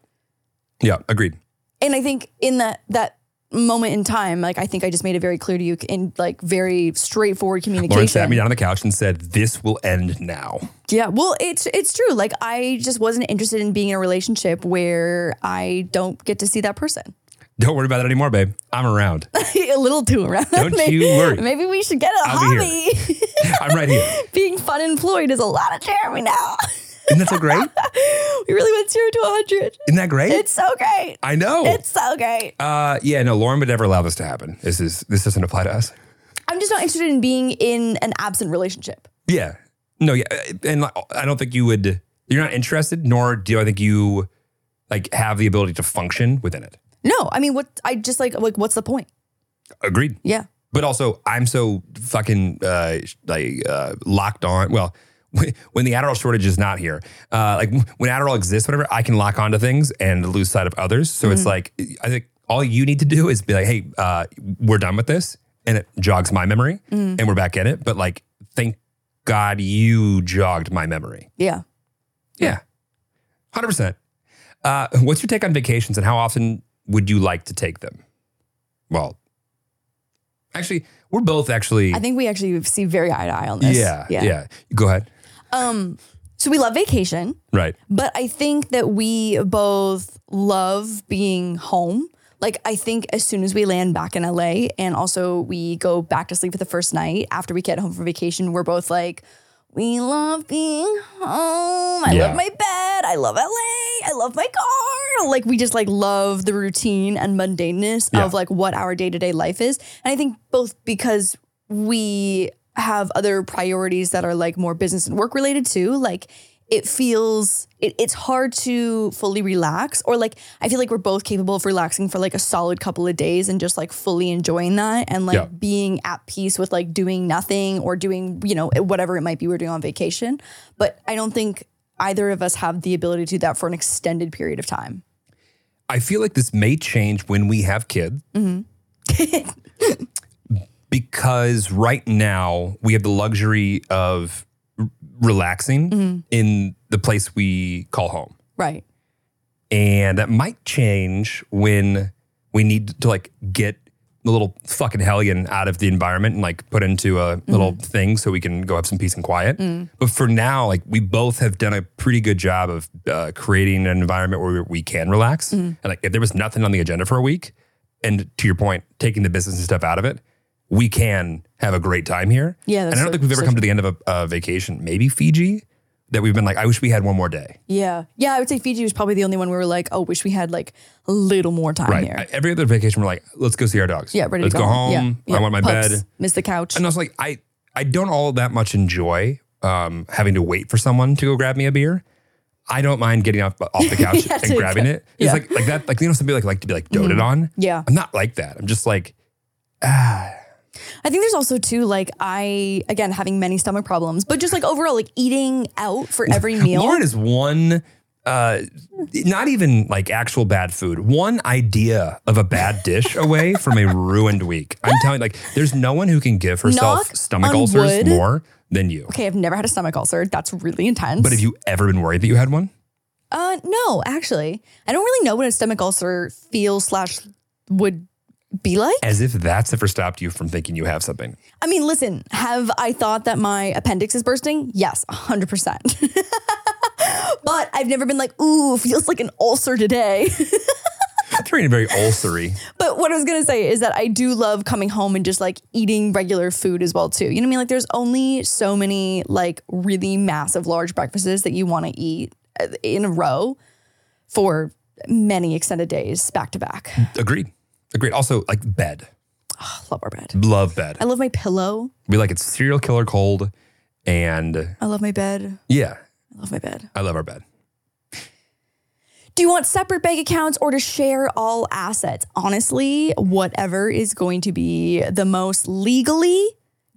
[SPEAKER 1] Yeah. Agreed.
[SPEAKER 2] And I think in that that moment in time, like I think I just made it very clear to you in like very straightforward communication.
[SPEAKER 1] Lauren sat me down on the couch and said, "This will end now."
[SPEAKER 2] Yeah, well, it's it's true. Like I just wasn't interested in being in a relationship where I don't get to see that person. (laughs)
[SPEAKER 1] Don't worry about it anymore, babe. I'm around.
[SPEAKER 2] a little too around.
[SPEAKER 1] Don't
[SPEAKER 2] maybe,
[SPEAKER 1] you worry.
[SPEAKER 2] Maybe we should get a
[SPEAKER 1] I'll be
[SPEAKER 2] hobby. (laughs)
[SPEAKER 1] I'm right here.
[SPEAKER 2] Being fun employed is a lot of Jeremy now. (laughs)
[SPEAKER 1] Isn't that so great?
[SPEAKER 2] we really went zero to a hundred.
[SPEAKER 1] Isn't that great?
[SPEAKER 2] It's so great.
[SPEAKER 1] I know.
[SPEAKER 2] It's so great.
[SPEAKER 1] uh, yeah. No, Lauren would never allow this to happen. This is this doesn't apply to us.
[SPEAKER 2] I'm just not interested in being in an absent relationship.
[SPEAKER 1] Yeah. No, yeah. uh, And like, I don't think you would, you're not interested, nor do I think you like have the ability to function within it.
[SPEAKER 2] No, I mean, what I just like, like, what's the point?
[SPEAKER 1] Agreed.
[SPEAKER 2] Yeah.
[SPEAKER 1] But also, I'm so fucking uh, like uh, locked on. Well, (laughs) when when the Adderall shortage is not here, uh, like when Adderall exists, whatever, I can lock onto things and lose sight of others. So it's like, I think all you need to do is be like, hey, uh, we're done with this. And it jogs my memory and we're back in it. But like, thank God you jogged my memory.
[SPEAKER 2] Yeah.
[SPEAKER 1] Yeah, hundred percent. Uh, what's your take on vacations, and how often would you like to take them? Well, actually, we're both actually.
[SPEAKER 2] I think we actually see very eye to eye on this.
[SPEAKER 1] Mm. yeah, yeah, Go ahead.
[SPEAKER 2] Um, so we love vacation.
[SPEAKER 1] Right.
[SPEAKER 2] But I think that we both love being home. Like, I think as soon as we land back in LA and also we go back to sleep for the first night after we get home from vacation, we're both like, we love being home. I
[SPEAKER 1] Yeah.
[SPEAKER 2] love my bed. I love LA. I love my car. Like, we just like love the routine and mundaneness
[SPEAKER 1] Yeah.
[SPEAKER 2] of like what our day to day life is. And I think both because we have other priorities that are like more business and work related too. Like it feels it, it's hard to fully relax or like I feel like we're both capable of relaxing for like a solid couple of days and just like fully enjoying that and like
[SPEAKER 1] Yeah.
[SPEAKER 2] being at peace with like doing nothing or doing you know whatever it might be we're doing on vacation. But I don't think either of us have the ability to do that for an extended period of time.
[SPEAKER 1] I feel like this may change when we have kids.
[SPEAKER 2] Mm-hmm. (laughs)
[SPEAKER 1] because right now we have the luxury of r- relaxing
[SPEAKER 2] Mm-hmm.
[SPEAKER 1] in the place we call home.
[SPEAKER 2] Right.
[SPEAKER 1] and that might change when we need to like get the little fucking hellion out of the environment and like put into a little
[SPEAKER 2] Mm-hmm.
[SPEAKER 1] thing so we can go have some peace and quiet.
[SPEAKER 2] Mm.
[SPEAKER 1] But for now, like we both have done a pretty good job of uh, creating an environment where we can relax.
[SPEAKER 2] Mm.
[SPEAKER 1] And like if there was nothing on the agenda for a week, and to your point, taking the business and stuff out of it, we can have a great time here.
[SPEAKER 2] Yeah,
[SPEAKER 1] and
[SPEAKER 2] that's
[SPEAKER 1] I
[SPEAKER 2] so-
[SPEAKER 1] don't think we've ever
[SPEAKER 2] so
[SPEAKER 1] come to the end of a, a vacation, maybe Fiji, that we've been like, I wish we had one more day.
[SPEAKER 2] Yeah. Yeah, I would say Fiji was probably the only one where we were like, oh, wish we had like a little more time
[SPEAKER 1] Right.
[SPEAKER 2] here.
[SPEAKER 1] I- Every other vacation, we're like, let's go see our dogs.
[SPEAKER 2] yeah, ready
[SPEAKER 1] let's
[SPEAKER 2] to go,
[SPEAKER 1] home.
[SPEAKER 2] Yeah.
[SPEAKER 1] I want my
[SPEAKER 2] Pups,
[SPEAKER 1] bed.
[SPEAKER 2] Miss the couch.
[SPEAKER 1] And also, like, I I don't all that much enjoy um, having to wait for someone to go grab me a beer. I don't mind getting off
[SPEAKER 2] (laughs)
[SPEAKER 1] off the couch
[SPEAKER 2] Yeah,
[SPEAKER 1] and
[SPEAKER 2] to
[SPEAKER 1] grabbing
[SPEAKER 2] go-
[SPEAKER 1] it. It's
[SPEAKER 2] yeah. Mm-hmm.
[SPEAKER 1] like like that. Like you know, some people like like to be like doted on.
[SPEAKER 2] Yeah.
[SPEAKER 1] I'm not like that. I'm just like
[SPEAKER 2] I think there's also too like I again having many stomach problems, but just like overall like eating out for every meal.
[SPEAKER 1] Lauren is one. Uh, not even like actual bad food. One idea of a
[SPEAKER 2] (laughs)
[SPEAKER 1] bad dish away from a ruined week. I'm telling you, like, there's no one who can give herself
[SPEAKER 2] Knock
[SPEAKER 1] stomach
[SPEAKER 2] on
[SPEAKER 1] ulcers
[SPEAKER 2] wood.
[SPEAKER 1] more than you.
[SPEAKER 2] okay, I've never had a stomach ulcer. That's really intense.
[SPEAKER 1] But have you ever been worried that you had one?
[SPEAKER 2] Uh, no, actually, I don't really know what a stomach ulcer feels slash would be like.
[SPEAKER 1] As if that's ever stopped you from thinking you have something.
[SPEAKER 2] I mean, listen, have I thought that my appendix is bursting? Yes, 100%. (laughs) but I've never been like, ooh, feels like an ulcer today. (laughs)
[SPEAKER 1] You're being very ulcery.
[SPEAKER 2] but what I was going to say is that I do love coming home and just like eating regular food as well, too. You know what I mean? Like, there's only so many like really massive, large breakfasts that you want to eat uh, in a row for many extended days back to back.
[SPEAKER 1] Agreed. Agreed. Also, like bed.
[SPEAKER 2] Love our bed.
[SPEAKER 1] Love bed.
[SPEAKER 2] I love my pillow.
[SPEAKER 1] We like it's serial killer cold. And
[SPEAKER 2] I love my bed.
[SPEAKER 1] yeah,
[SPEAKER 2] I love my bed.
[SPEAKER 1] I love our bed.
[SPEAKER 2] Do you want separate bank accounts or to share all assets? Honestly, whatever is going to be the most legally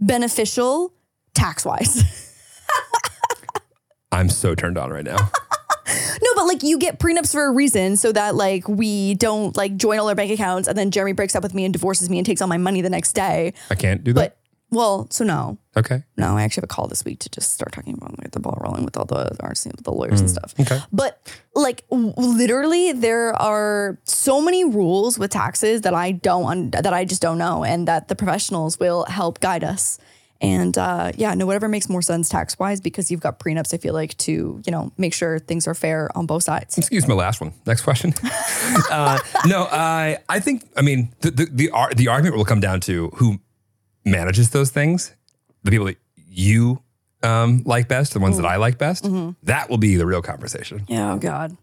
[SPEAKER 2] beneficial tax wise.
[SPEAKER 1] I'm so turned on right now.
[SPEAKER 2] (laughs) no, but like you get prenups for a reason so that like we don't like join all our bank accounts and then Jeremy breaks up with me and divorces me and takes all my money the next day.
[SPEAKER 1] I can't do that.
[SPEAKER 2] But well, so no.
[SPEAKER 1] okay.
[SPEAKER 2] No, I actually have a call this week to just start talking about like the ball rolling with all the arts with the lawyers and stuff.
[SPEAKER 1] Okay.
[SPEAKER 2] But like w- literally, there are so many rules with taxes that I don't un- that I just don't know, and that the professionals will help guide us. And uh, yeah, no, whatever makes more sense tax wise, because you've got prenups. I feel like to you know make sure things are fair on both sides.
[SPEAKER 1] Excuse my last one. Next question. (laughs) uh, no, I I think I mean the the the, ar- the argument will come down to who manages those things, the people that you um, like best, the ones that I like best. That will be the real conversation.
[SPEAKER 2] Yeah, oh God.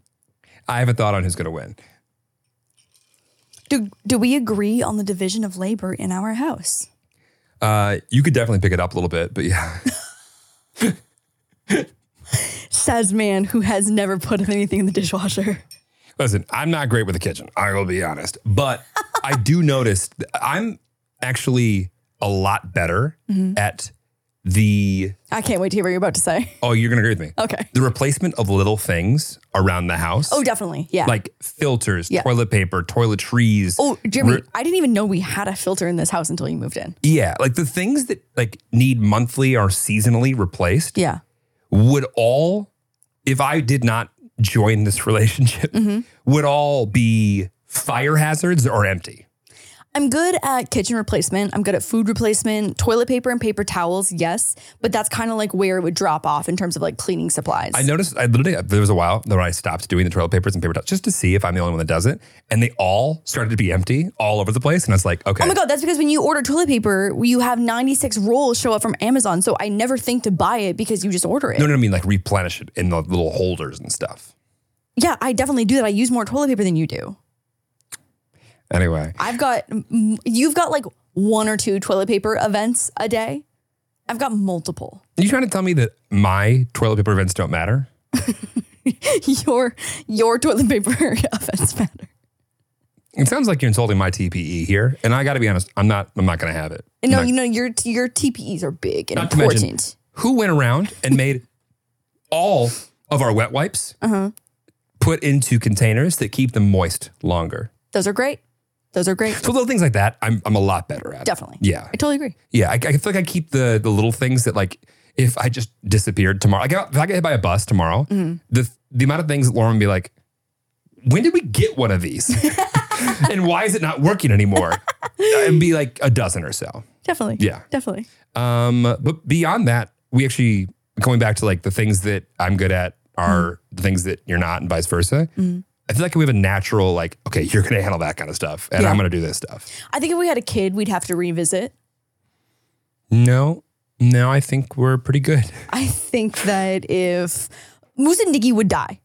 [SPEAKER 1] I have a thought on who's going to win.
[SPEAKER 2] Do do we agree on the division of labor in our house?
[SPEAKER 1] Uh, you could definitely pick it up a little bit, but yeah, (laughs)
[SPEAKER 2] Says man who has never put anything in the dishwasher.
[SPEAKER 1] Listen, I'm not great with the kitchen. I will be honest, but I
[SPEAKER 2] (laughs)
[SPEAKER 1] do notice th- I'm actually a lot better
[SPEAKER 2] Mm-hmm.
[SPEAKER 1] at the.
[SPEAKER 2] I can't wait to hear what you're about to say.
[SPEAKER 1] Oh, you're gonna agree with me.
[SPEAKER 2] Okay.
[SPEAKER 1] The replacement of little things around the house.
[SPEAKER 2] Oh, definitely. Yeah.
[SPEAKER 1] like filters,
[SPEAKER 2] Yeah.
[SPEAKER 1] toilet paper, toiletries.
[SPEAKER 2] Oh, Jeremy,
[SPEAKER 1] Re-
[SPEAKER 2] I didn't even know we had a filter in this house until you moved in.
[SPEAKER 1] yeah, like the things that like need monthly or seasonally replaced
[SPEAKER 2] Yeah.
[SPEAKER 1] would all, if I did not join this (laughs) relationship,
[SPEAKER 2] Mm-hmm.
[SPEAKER 1] would all be fire hazards or empty.
[SPEAKER 2] I'm good at kitchen replacement. I'm good at food replacement, toilet paper and paper towels, yes, but that's kind of like where it would drop off in terms of like cleaning supplies.
[SPEAKER 1] I noticed I literally there was a while that I stopped doing the toilet papers and paper towels just to see if I'm the only one that does it, and they all started to be empty all over the place, and I was like, okay,
[SPEAKER 2] Oh my God, that's because when you order toilet paper, you have 96 rolls show up from Amazon. So I never think to buy it because you just order it.
[SPEAKER 1] no, no, I mean like replenish it in the little holders and stuff.
[SPEAKER 2] Yeah, I definitely do that. I use more toilet paper than you do.
[SPEAKER 1] Anyway,
[SPEAKER 2] I've got, mm, you've got like one or two toilet paper events a day. I've got multiple.
[SPEAKER 1] are you trying to tell me that my toilet paper events don't matter?
[SPEAKER 2] (laughs) your your toilet paper (laughs) offense matter.
[SPEAKER 1] It sounds like you're insulting my TPE here, and I got to be honest, I'm not. I'm not going to have it.
[SPEAKER 2] No,
[SPEAKER 1] Not-
[SPEAKER 2] you know your your TPEs are big and
[SPEAKER 1] Not to mention-
[SPEAKER 2] important.
[SPEAKER 1] who went around and made all of our wet wipes put into containers that keep them moist longer?
[SPEAKER 2] Those are great. Those are great.
[SPEAKER 1] So little things like that, I'm I'm a lot better at.
[SPEAKER 2] Definitely.
[SPEAKER 1] Yeah.
[SPEAKER 2] I totally agree.
[SPEAKER 1] Yeah, I, I feel like I keep the the little things that like if I just disappeared tomorrow, like if I get hit by a bus tomorrow, the the amount of things that Lauren would be like, when did we get one of these, and why is it not working anymore? It'd be like a dozen or so.
[SPEAKER 2] Definitely.
[SPEAKER 1] Yeah.
[SPEAKER 2] Definitely.
[SPEAKER 1] Um, but beyond that, we actually going back to like the things that I'm good at are
[SPEAKER 2] Mm.
[SPEAKER 1] the things that you're not, and vice versa. I feel like we have a natural like, okay, you're gonna handle that kind of stuff, and I'm
[SPEAKER 2] Yeah.
[SPEAKER 1] gonna do this stuff.
[SPEAKER 2] I think if we had a kid, we'd have to revisit.
[SPEAKER 1] No, no, I think we're pretty good. (laughs)
[SPEAKER 2] I think that if Moose and Diggy would die.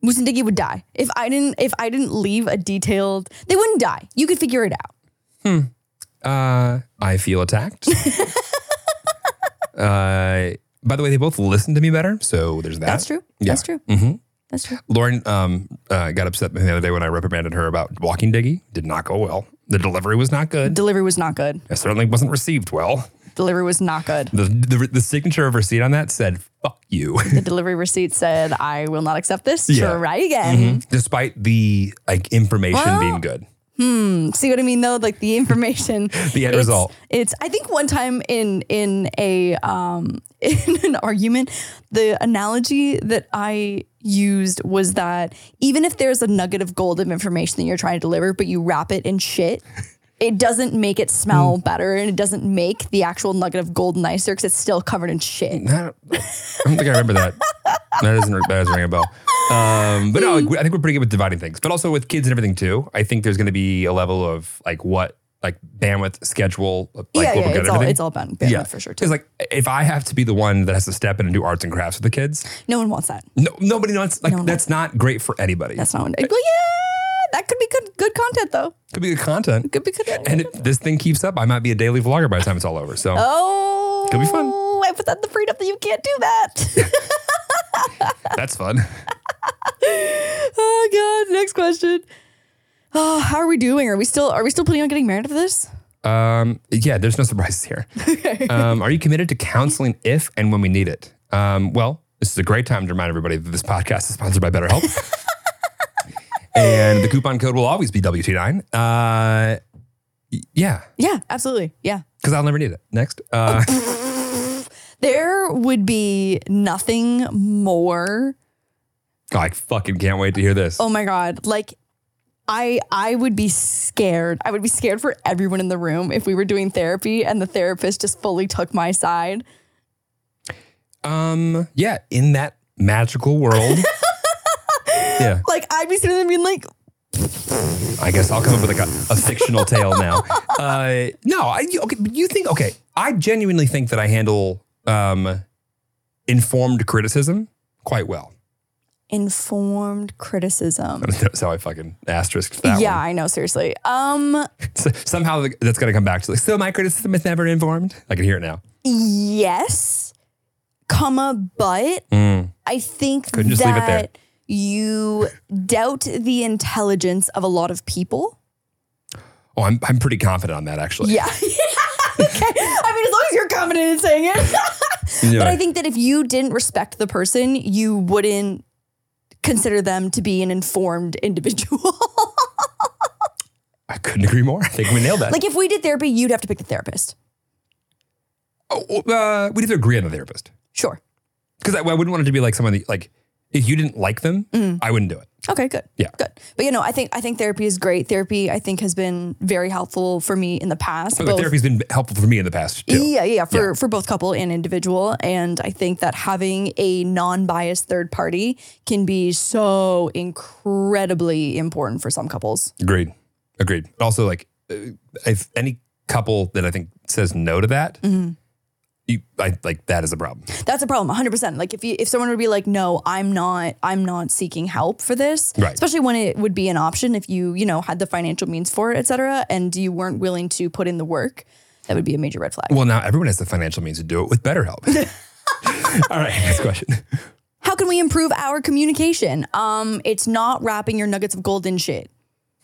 [SPEAKER 2] Moose and Diggy would die. If I didn't if I didn't leave a detailed they wouldn't die. You could figure it out.
[SPEAKER 1] Uh, I feel
[SPEAKER 2] (laughs)
[SPEAKER 1] attacked. uh, by the way, they both listen to me better, so there's that.
[SPEAKER 2] That's true.
[SPEAKER 1] Uh, Yeah.
[SPEAKER 2] That's true.
[SPEAKER 1] hmm
[SPEAKER 2] That's true.
[SPEAKER 1] Lauren um, uh, got upset the other day when I reprimanded her about walking diggy. Did not go well. The delivery was not good.
[SPEAKER 2] Delivery was not good.
[SPEAKER 1] It certainly wasn't received well.
[SPEAKER 2] Delivery was not good.
[SPEAKER 1] The, the the signature of her seat on that said "fuck you," (laughs)
[SPEAKER 2] The delivery receipt said, I will not accept this.
[SPEAKER 1] Yeah. Mm-hmm.
[SPEAKER 2] Try again.
[SPEAKER 1] despite the like information
[SPEAKER 2] Well,
[SPEAKER 1] being good.
[SPEAKER 2] See what I mean though? Like the information.
[SPEAKER 1] (laughs) The end
[SPEAKER 2] it's,
[SPEAKER 1] result.
[SPEAKER 2] It's I think one time in in a um (laughs) in an argument, the analogy that I used was that even if there's a nugget of gold of information that you're trying to deliver, but you wrap it in shit. It doesn't make it
[SPEAKER 1] Hmm.
[SPEAKER 2] smell better and it doesn't make the actual nugget of gold nicer because it's still covered
[SPEAKER 1] (laughs)
[SPEAKER 2] in shit.
[SPEAKER 1] I don't, I don't think I remember that. (laughs) That doesn't, that doesn't ring a bell. Um, but no,
[SPEAKER 2] Hmm.
[SPEAKER 1] like, we- I think we're pretty good with dividing things, but also with kids and everything too. I think there's going to be a level of like what, like bandwidth, schedule, like
[SPEAKER 2] yeah,
[SPEAKER 1] what
[SPEAKER 2] yeah,
[SPEAKER 1] we're good
[SPEAKER 2] it's
[SPEAKER 1] at
[SPEAKER 2] all
[SPEAKER 1] everything.
[SPEAKER 2] it's all about bandwidth for sure. Too.
[SPEAKER 1] Because like if I have to be the one that has to step in and do arts and crafts with the kids,
[SPEAKER 2] No one wants that.
[SPEAKER 1] no, nobody wants like
[SPEAKER 2] No one
[SPEAKER 1] that's not great for anybody.
[SPEAKER 2] That's not. One, well, yeah, that could be good good content though.
[SPEAKER 1] could be good content.
[SPEAKER 2] Could be good. Content.
[SPEAKER 1] and if this thing keeps up, I might be a daily vlogger by the time it's all over. So
[SPEAKER 2] Oh,
[SPEAKER 1] Could be fun.
[SPEAKER 2] I put that the freedom that you can't do that. (laughs)
[SPEAKER 1] that's fun.
[SPEAKER 2] oh God! Next question. Oh, how are we doing? Are we still are we still planning on getting married for this?
[SPEAKER 1] Um, yeah, there's no surprises here. Um, are you committed to counseling if and when we need it? Um, well, this is a great time to remind everybody that this podcast is sponsored by BetterHelp. and the coupon code will always be WT9. Uh, y- yeah,
[SPEAKER 2] Yeah, absolutely. Yeah.
[SPEAKER 1] because I'll never need it. Next. Uh, (laughs)
[SPEAKER 2] There would be nothing more.
[SPEAKER 1] God, I fucking can't wait to hear this.
[SPEAKER 2] Oh my God! Like. I, I would be scared. I would be scared for everyone in the room if we were doing therapy and the therapist just fully took my side.
[SPEAKER 1] Um, yeah, in that magical world. yeah,
[SPEAKER 2] Like I'd be sitting there being like,
[SPEAKER 1] I guess I'll come up with like a, a fictional tale
[SPEAKER 2] (laughs)
[SPEAKER 1] now. Uh, no, I you- okay. But you think okay? I genuinely think that I handle um, informed criticism quite well. (laughs)
[SPEAKER 2] informed criticism.
[SPEAKER 1] That's how I fucking asterisked that.
[SPEAKER 2] yeah,
[SPEAKER 1] one.
[SPEAKER 2] I know. Seriously. Um,
[SPEAKER 1] So, somehow th- that's gonna come back to like. So my criticism is never informed. I can hear it now.
[SPEAKER 2] yes, comma, but
[SPEAKER 1] Mm.
[SPEAKER 2] I think
[SPEAKER 1] Couldn't just
[SPEAKER 2] that
[SPEAKER 1] leave it there.
[SPEAKER 2] you doubt the intelligence of a lot of people.
[SPEAKER 1] Oh, I'm I'm pretty confident on that actually.
[SPEAKER 2] Yeah. (laughs) okay. I mean, as long as you're confident in saying it.
[SPEAKER 1] Yeah.
[SPEAKER 2] but I think that if you didn't respect the person, you wouldn't consider them to be an informed individual. (laughs)
[SPEAKER 1] I couldn't agree more. I think we nailed that.
[SPEAKER 2] like if we did therapy, you'd have to pick the therapist.
[SPEAKER 1] oh, oh, uh, we'd either agree on the therapist.
[SPEAKER 2] Sure.
[SPEAKER 1] because I, I wouldn't want it to be like someone that, like if you didn't like them,
[SPEAKER 2] Mm.
[SPEAKER 1] I wouldn't do it.
[SPEAKER 2] Okay, good.
[SPEAKER 1] Yeah.
[SPEAKER 2] Good. But you know, I think I think therapy is great. Therapy I think has been very helpful for me in the past.
[SPEAKER 1] But the
[SPEAKER 2] both-
[SPEAKER 1] therapy's been helpful for me in the past too.
[SPEAKER 2] Yeah, yeah, for for both couple and individual, and I think that having a non-biased third party can be so incredibly important for some couples.
[SPEAKER 1] Agreed, agreed. Also, like uh, if any couple that I think says no to that,
[SPEAKER 2] Mm-hmm.
[SPEAKER 1] you I, like that is a problem.
[SPEAKER 2] That's a problem, 100%. Like if you if someone would be like, "No, I'm not I'm not seeking help for this."
[SPEAKER 1] Right.
[SPEAKER 2] Especially when it would be an option if you, you know, had the financial means for it, et cetera, and you weren't willing to put in the work, that would be a major red flag.
[SPEAKER 1] Well, now everyone has the financial means to do it with
[SPEAKER 2] (laughs)
[SPEAKER 1] BetterHelp. All right, next question.
[SPEAKER 2] How can we improve our communication? Um, it's not wrapping your nuggets of gold in shit.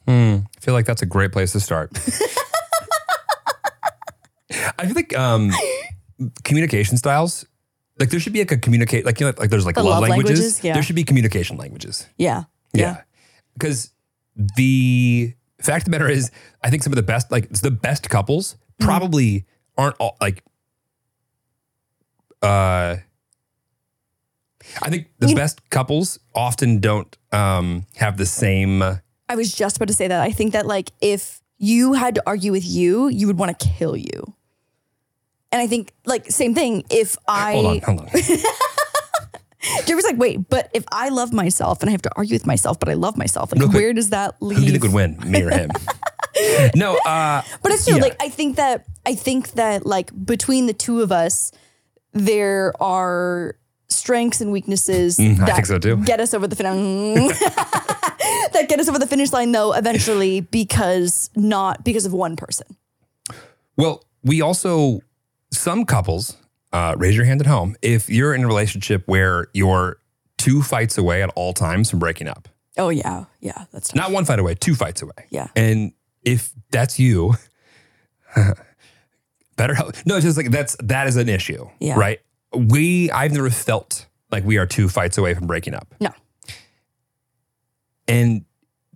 [SPEAKER 1] I feel like that's a great place to start.
[SPEAKER 2] (laughs)
[SPEAKER 1] I feel like um, communication styles. Like there should be like a communicate like you know like there's like
[SPEAKER 2] The
[SPEAKER 1] love,
[SPEAKER 2] love
[SPEAKER 1] languages.
[SPEAKER 2] languages, yeah.
[SPEAKER 1] There should be communication languages.
[SPEAKER 2] Yeah.
[SPEAKER 1] Yeah. Because the fact of the matter is, I think some of the best, like it's the best couples
[SPEAKER 2] Mm-hmm.
[SPEAKER 1] probably aren't all like, uh, I think the
[SPEAKER 2] You-
[SPEAKER 1] best couples often don't um, have the same. uh,
[SPEAKER 2] I was just about to say that. I think that like if you had to argue with you, you would want to kill you. And I think like same thing. If I
[SPEAKER 1] hold on, hold on.
[SPEAKER 2] Jeremy's like, wait, but if I love myself and I have to argue with myself, but I love myself, like
[SPEAKER 1] Real quick,
[SPEAKER 2] where does that lead?
[SPEAKER 1] Who do you think would win, me or
[SPEAKER 2] (laughs)
[SPEAKER 1] him? no, uh,
[SPEAKER 2] But it's true.
[SPEAKER 1] Yeah.
[SPEAKER 2] Like I think that I think that like between the two of us, there are strengths and weaknesses
[SPEAKER 1] Mm, I
[SPEAKER 2] that
[SPEAKER 1] think so too.
[SPEAKER 2] get us over the finish (laughs) that get us over the finish line though eventually because not because of one person.
[SPEAKER 1] Well, we also some couples uh, raise your hand at home if you're in a relationship where you're two fights away at all times from breaking up.
[SPEAKER 2] Oh yeah, yeah, that's tough.
[SPEAKER 1] Not one fight away, two fights away.
[SPEAKER 2] Yeah.
[SPEAKER 1] And if that's you, (laughs) better help. No, it's just like that's that is an issue.
[SPEAKER 2] Yeah.
[SPEAKER 1] Right. We I've never felt like we are two fights away from breaking up.
[SPEAKER 2] No.
[SPEAKER 1] And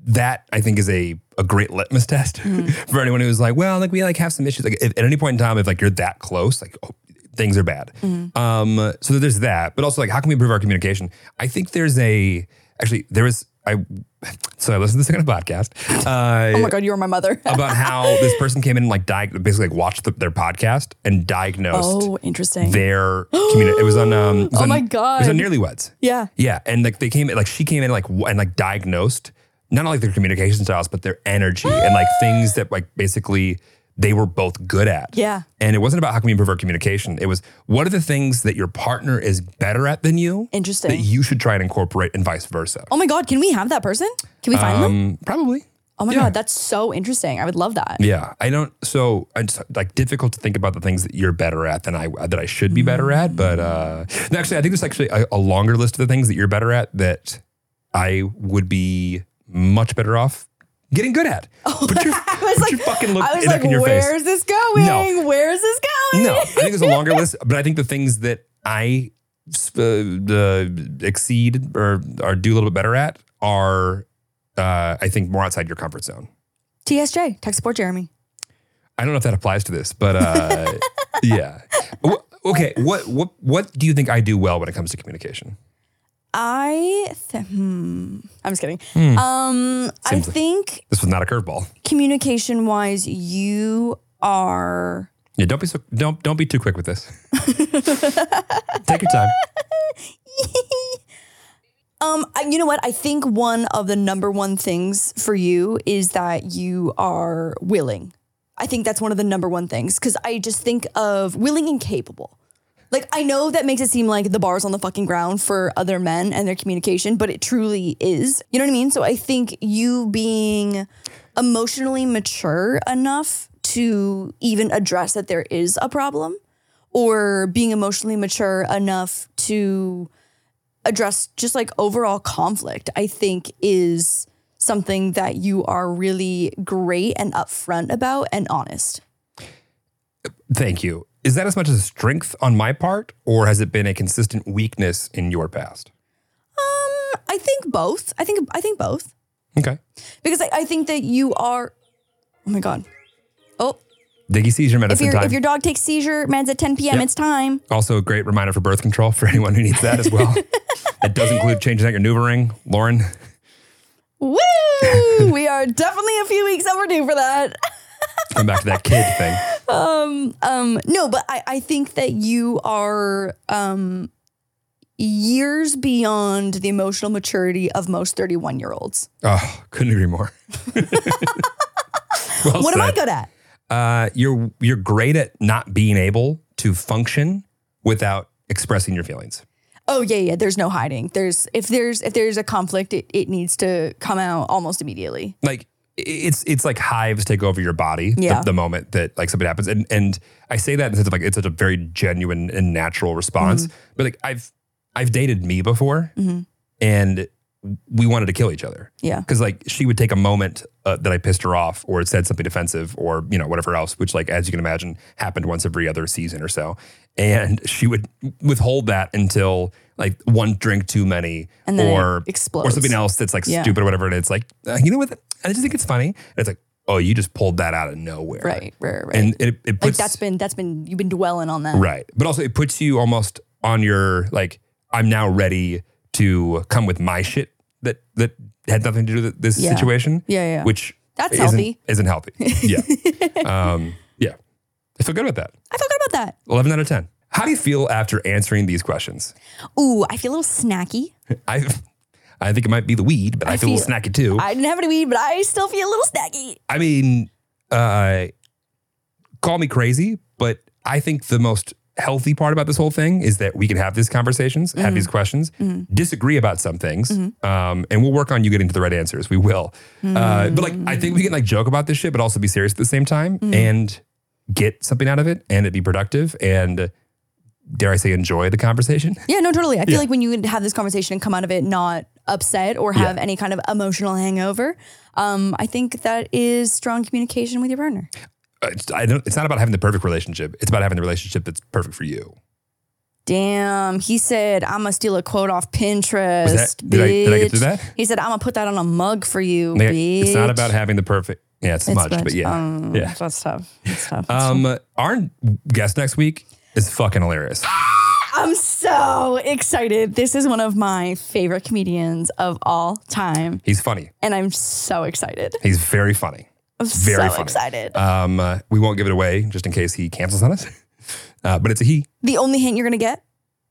[SPEAKER 1] that I think is a a great litmus test (laughs)
[SPEAKER 2] Mm-hmm.
[SPEAKER 1] for anyone who's like, well, like we like have some issues. Like if, at any point in time, if like you're that close, like oh, things are bad.
[SPEAKER 2] Mm-hmm.
[SPEAKER 1] Um, so there's that, but also like how can we improve our communication? I think there's a actually there is I (sighs) so I listened to this kind of podcast. Uh,
[SPEAKER 2] Oh my God, you are my mother.
[SPEAKER 1] about how this person came in and like diag- basically like watched the, their podcast and diagnosed
[SPEAKER 2] (laughs) oh, interesting.
[SPEAKER 1] their community. It was on um. it was
[SPEAKER 2] (gasps) Oh
[SPEAKER 1] on-
[SPEAKER 2] my
[SPEAKER 1] It was
[SPEAKER 2] God.
[SPEAKER 1] on Nearlyweds.
[SPEAKER 2] Yeah.
[SPEAKER 1] Yeah, and like they came, like she came in, like w- and like diagnosed not only their communication styles, but their energy and
[SPEAKER 2] (gasps)
[SPEAKER 1] like things that like basically they were both good at.
[SPEAKER 2] Yeah.
[SPEAKER 1] And it wasn't about how can we improve our communication. It was what are the things that your partner is better at than you
[SPEAKER 2] Interesting.
[SPEAKER 1] that you should try and incorporate, and vice versa.
[SPEAKER 2] oh my God, can we have that person? Can we find them?
[SPEAKER 1] Um, probably.
[SPEAKER 2] Oh my
[SPEAKER 1] yeah.
[SPEAKER 2] God, that's so interesting. I would love that.
[SPEAKER 1] Yeah, I don't. So it's like difficult to think about the things that you're better at than I that I should be better at. But uh, no, actually, I think there's actually a, a longer list of the things that you're better at that I would be much better off getting good at. Put your,
[SPEAKER 2] (laughs) Oh, (laughs) I was
[SPEAKER 1] put
[SPEAKER 2] like,
[SPEAKER 1] your fucking look
[SPEAKER 2] I was
[SPEAKER 1] back
[SPEAKER 2] like,
[SPEAKER 1] in your face.
[SPEAKER 2] where's this going?
[SPEAKER 1] No.
[SPEAKER 2] Where's this going? (laughs)
[SPEAKER 1] No, I think there's a longer list, but I think the things that I uh, uh, exceed or or do a little bit better at are, uh, I think, more outside your comfort zone.
[SPEAKER 2] TSJ, tech support Jeremy.
[SPEAKER 1] I don't know if that applies to this, but
[SPEAKER 2] (laughs)
[SPEAKER 1] uh, yeah. Wh- Okay, what what what do you think I do well when it comes to communication?
[SPEAKER 2] I, th- hmm, I'm just kidding. Um, I
[SPEAKER 1] Seems like-
[SPEAKER 2] think
[SPEAKER 1] This was not a curveball.
[SPEAKER 2] communication wise, you are,
[SPEAKER 1] Yeah, don't be so don't don't be too quick with
[SPEAKER 2] (laughs)
[SPEAKER 1] this. Take your time.
[SPEAKER 2] um, I, you know what? I think one of the number one things for you is that you are willing. I think that's one of the number one things because I just think of willing and capable. Like I know that makes it seem like the bar's on the fucking ground for other men and their communication, but it truly is. You know what I mean? So I think you being emotionally mature enough to even address that there is a problem or being emotionally mature enough to address just like overall conflict, I think is something that you are really great and upfront about and honest.
[SPEAKER 1] Thank you. Is that as much as a strength on my part, or has it been a consistent weakness in your past?
[SPEAKER 2] Um, I think both. I think I think both.
[SPEAKER 1] Okay.
[SPEAKER 2] Because I, I think that you are oh my god. Oh,
[SPEAKER 1] Diggy seizure
[SPEAKER 2] if
[SPEAKER 1] medicine
[SPEAKER 2] your
[SPEAKER 1] time.
[SPEAKER 2] if your dog takes seizure meds at 10 p.m.
[SPEAKER 1] Yep.
[SPEAKER 2] it's time.
[SPEAKER 1] also a great reminder for birth control for anyone who needs that as
[SPEAKER 2] (laughs)
[SPEAKER 1] well. that does include changing out your NuvaRing, Lauren.
[SPEAKER 2] Woo! (laughs) we are definitely a few weeks overdue for that.
[SPEAKER 1] Come back to that kid thing.
[SPEAKER 2] Um, no, but I, I think that you are um, years beyond the emotional maturity of most 31 year olds.
[SPEAKER 1] Oh, couldn't agree
[SPEAKER 2] (laughs)
[SPEAKER 1] more. Well
[SPEAKER 2] What am I
[SPEAKER 1] said.
[SPEAKER 2] good at?
[SPEAKER 1] Uh, you're you're great at not being able to function without expressing your feelings.
[SPEAKER 2] Oh yeah, yeah. There's no hiding. There's if there's if there's a conflict, it, it needs to come out almost immediately.
[SPEAKER 1] Like i- it's it's like hives take over your body the-
[SPEAKER 2] Yeah.
[SPEAKER 1] the, moment that like something happens. And and I say that in the sense of like it's such a very genuine and natural response.
[SPEAKER 2] Mm-hmm.
[SPEAKER 1] But like I've I've dated me before, and we wanted to kill each other.
[SPEAKER 2] Yeah.
[SPEAKER 1] because like she would take a moment uh, that I pissed her off or said something defensive or you know whatever else, which like as you can imagine happened once every other season or so, and she would withhold that until like one drink too many
[SPEAKER 2] And then it
[SPEAKER 1] or or
[SPEAKER 2] explodes.
[SPEAKER 1] something else that's like
[SPEAKER 2] Yeah.
[SPEAKER 1] stupid or whatever, and it's like uh, you know what I just think it's funny. And it's like oh you just pulled that out of nowhere,
[SPEAKER 2] Right, right, right.
[SPEAKER 1] And it it
[SPEAKER 2] like
[SPEAKER 1] puts
[SPEAKER 2] that's been that's been you've been dwelling on that.
[SPEAKER 1] right, but also it puts you almost on your like I'm now ready to come with my shit that that had nothing to do with this
[SPEAKER 2] Yeah.
[SPEAKER 1] situation
[SPEAKER 2] Yeah, yeah.
[SPEAKER 1] which
[SPEAKER 2] That's
[SPEAKER 1] isn't,
[SPEAKER 2] healthy.
[SPEAKER 1] Isn't healthy.
[SPEAKER 2] (laughs)
[SPEAKER 1] Yeah. um, yeah. I feel good about that.
[SPEAKER 2] I feel good about that.
[SPEAKER 1] 11 out of 10. How do you feel after answering these questions?
[SPEAKER 2] Ooh, I feel a little snacky.
[SPEAKER 1] I I think it might be the weed, but I,
[SPEAKER 2] I
[SPEAKER 1] feel, a little
[SPEAKER 2] feel-
[SPEAKER 1] snacky too. I,
[SPEAKER 2] I didn't have any weed, but I still feel a little snacky.
[SPEAKER 1] mean, uh, call me crazy, but I think the most healthy part about this whole thing is that we can have these conversations, have these questions, disagree about some things, um, and we'll work on you getting to the right answers. We will. Uh, but like, I think we can like joke about this shit, but also be serious at the same time and get something out of it and it be productive and dare I say, enjoy the conversation. (laughs)
[SPEAKER 2] Yeah, no, totally. I feel like when you have this conversation and come out of it not upset or have any kind of emotional hangover, um, I think that is strong communication with your partner.
[SPEAKER 1] Uh, It's, I don't, it's not about having the perfect relationship. It's about having the relationship that's perfect for you.
[SPEAKER 2] Damn, he said, I'm gonna steal a quote off Pinterest.
[SPEAKER 1] Was that- did I- did I get through
[SPEAKER 2] bitch."
[SPEAKER 1] that?
[SPEAKER 2] He said, I'm gonna put that on a mug for you.
[SPEAKER 1] Like, It's not
[SPEAKER 2] bitch."
[SPEAKER 1] about having the perfect. Yeah, it's,
[SPEAKER 2] It's
[SPEAKER 1] much,
[SPEAKER 2] much.
[SPEAKER 1] but yeah,
[SPEAKER 2] Um,
[SPEAKER 1] yeah.
[SPEAKER 2] That's tough. That's tough.
[SPEAKER 1] Um, our guest next week is fucking hilarious.
[SPEAKER 2] I'm so excited. This is one of my favorite comedians of all time.
[SPEAKER 1] He's funny.
[SPEAKER 2] And I'm so excited.
[SPEAKER 1] He's very funny.
[SPEAKER 2] I'm
[SPEAKER 1] Very
[SPEAKER 2] so
[SPEAKER 1] funny.
[SPEAKER 2] excited.
[SPEAKER 1] Um, uh, we won't give it away just in case he cancels on us. (laughs) Uh, but it's a he.
[SPEAKER 2] the only hint you're gonna get,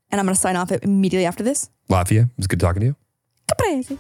[SPEAKER 2] and I'm gonna sign off immediately after this.
[SPEAKER 1] Latvia, it was good talking to you.
[SPEAKER 2] Crazy.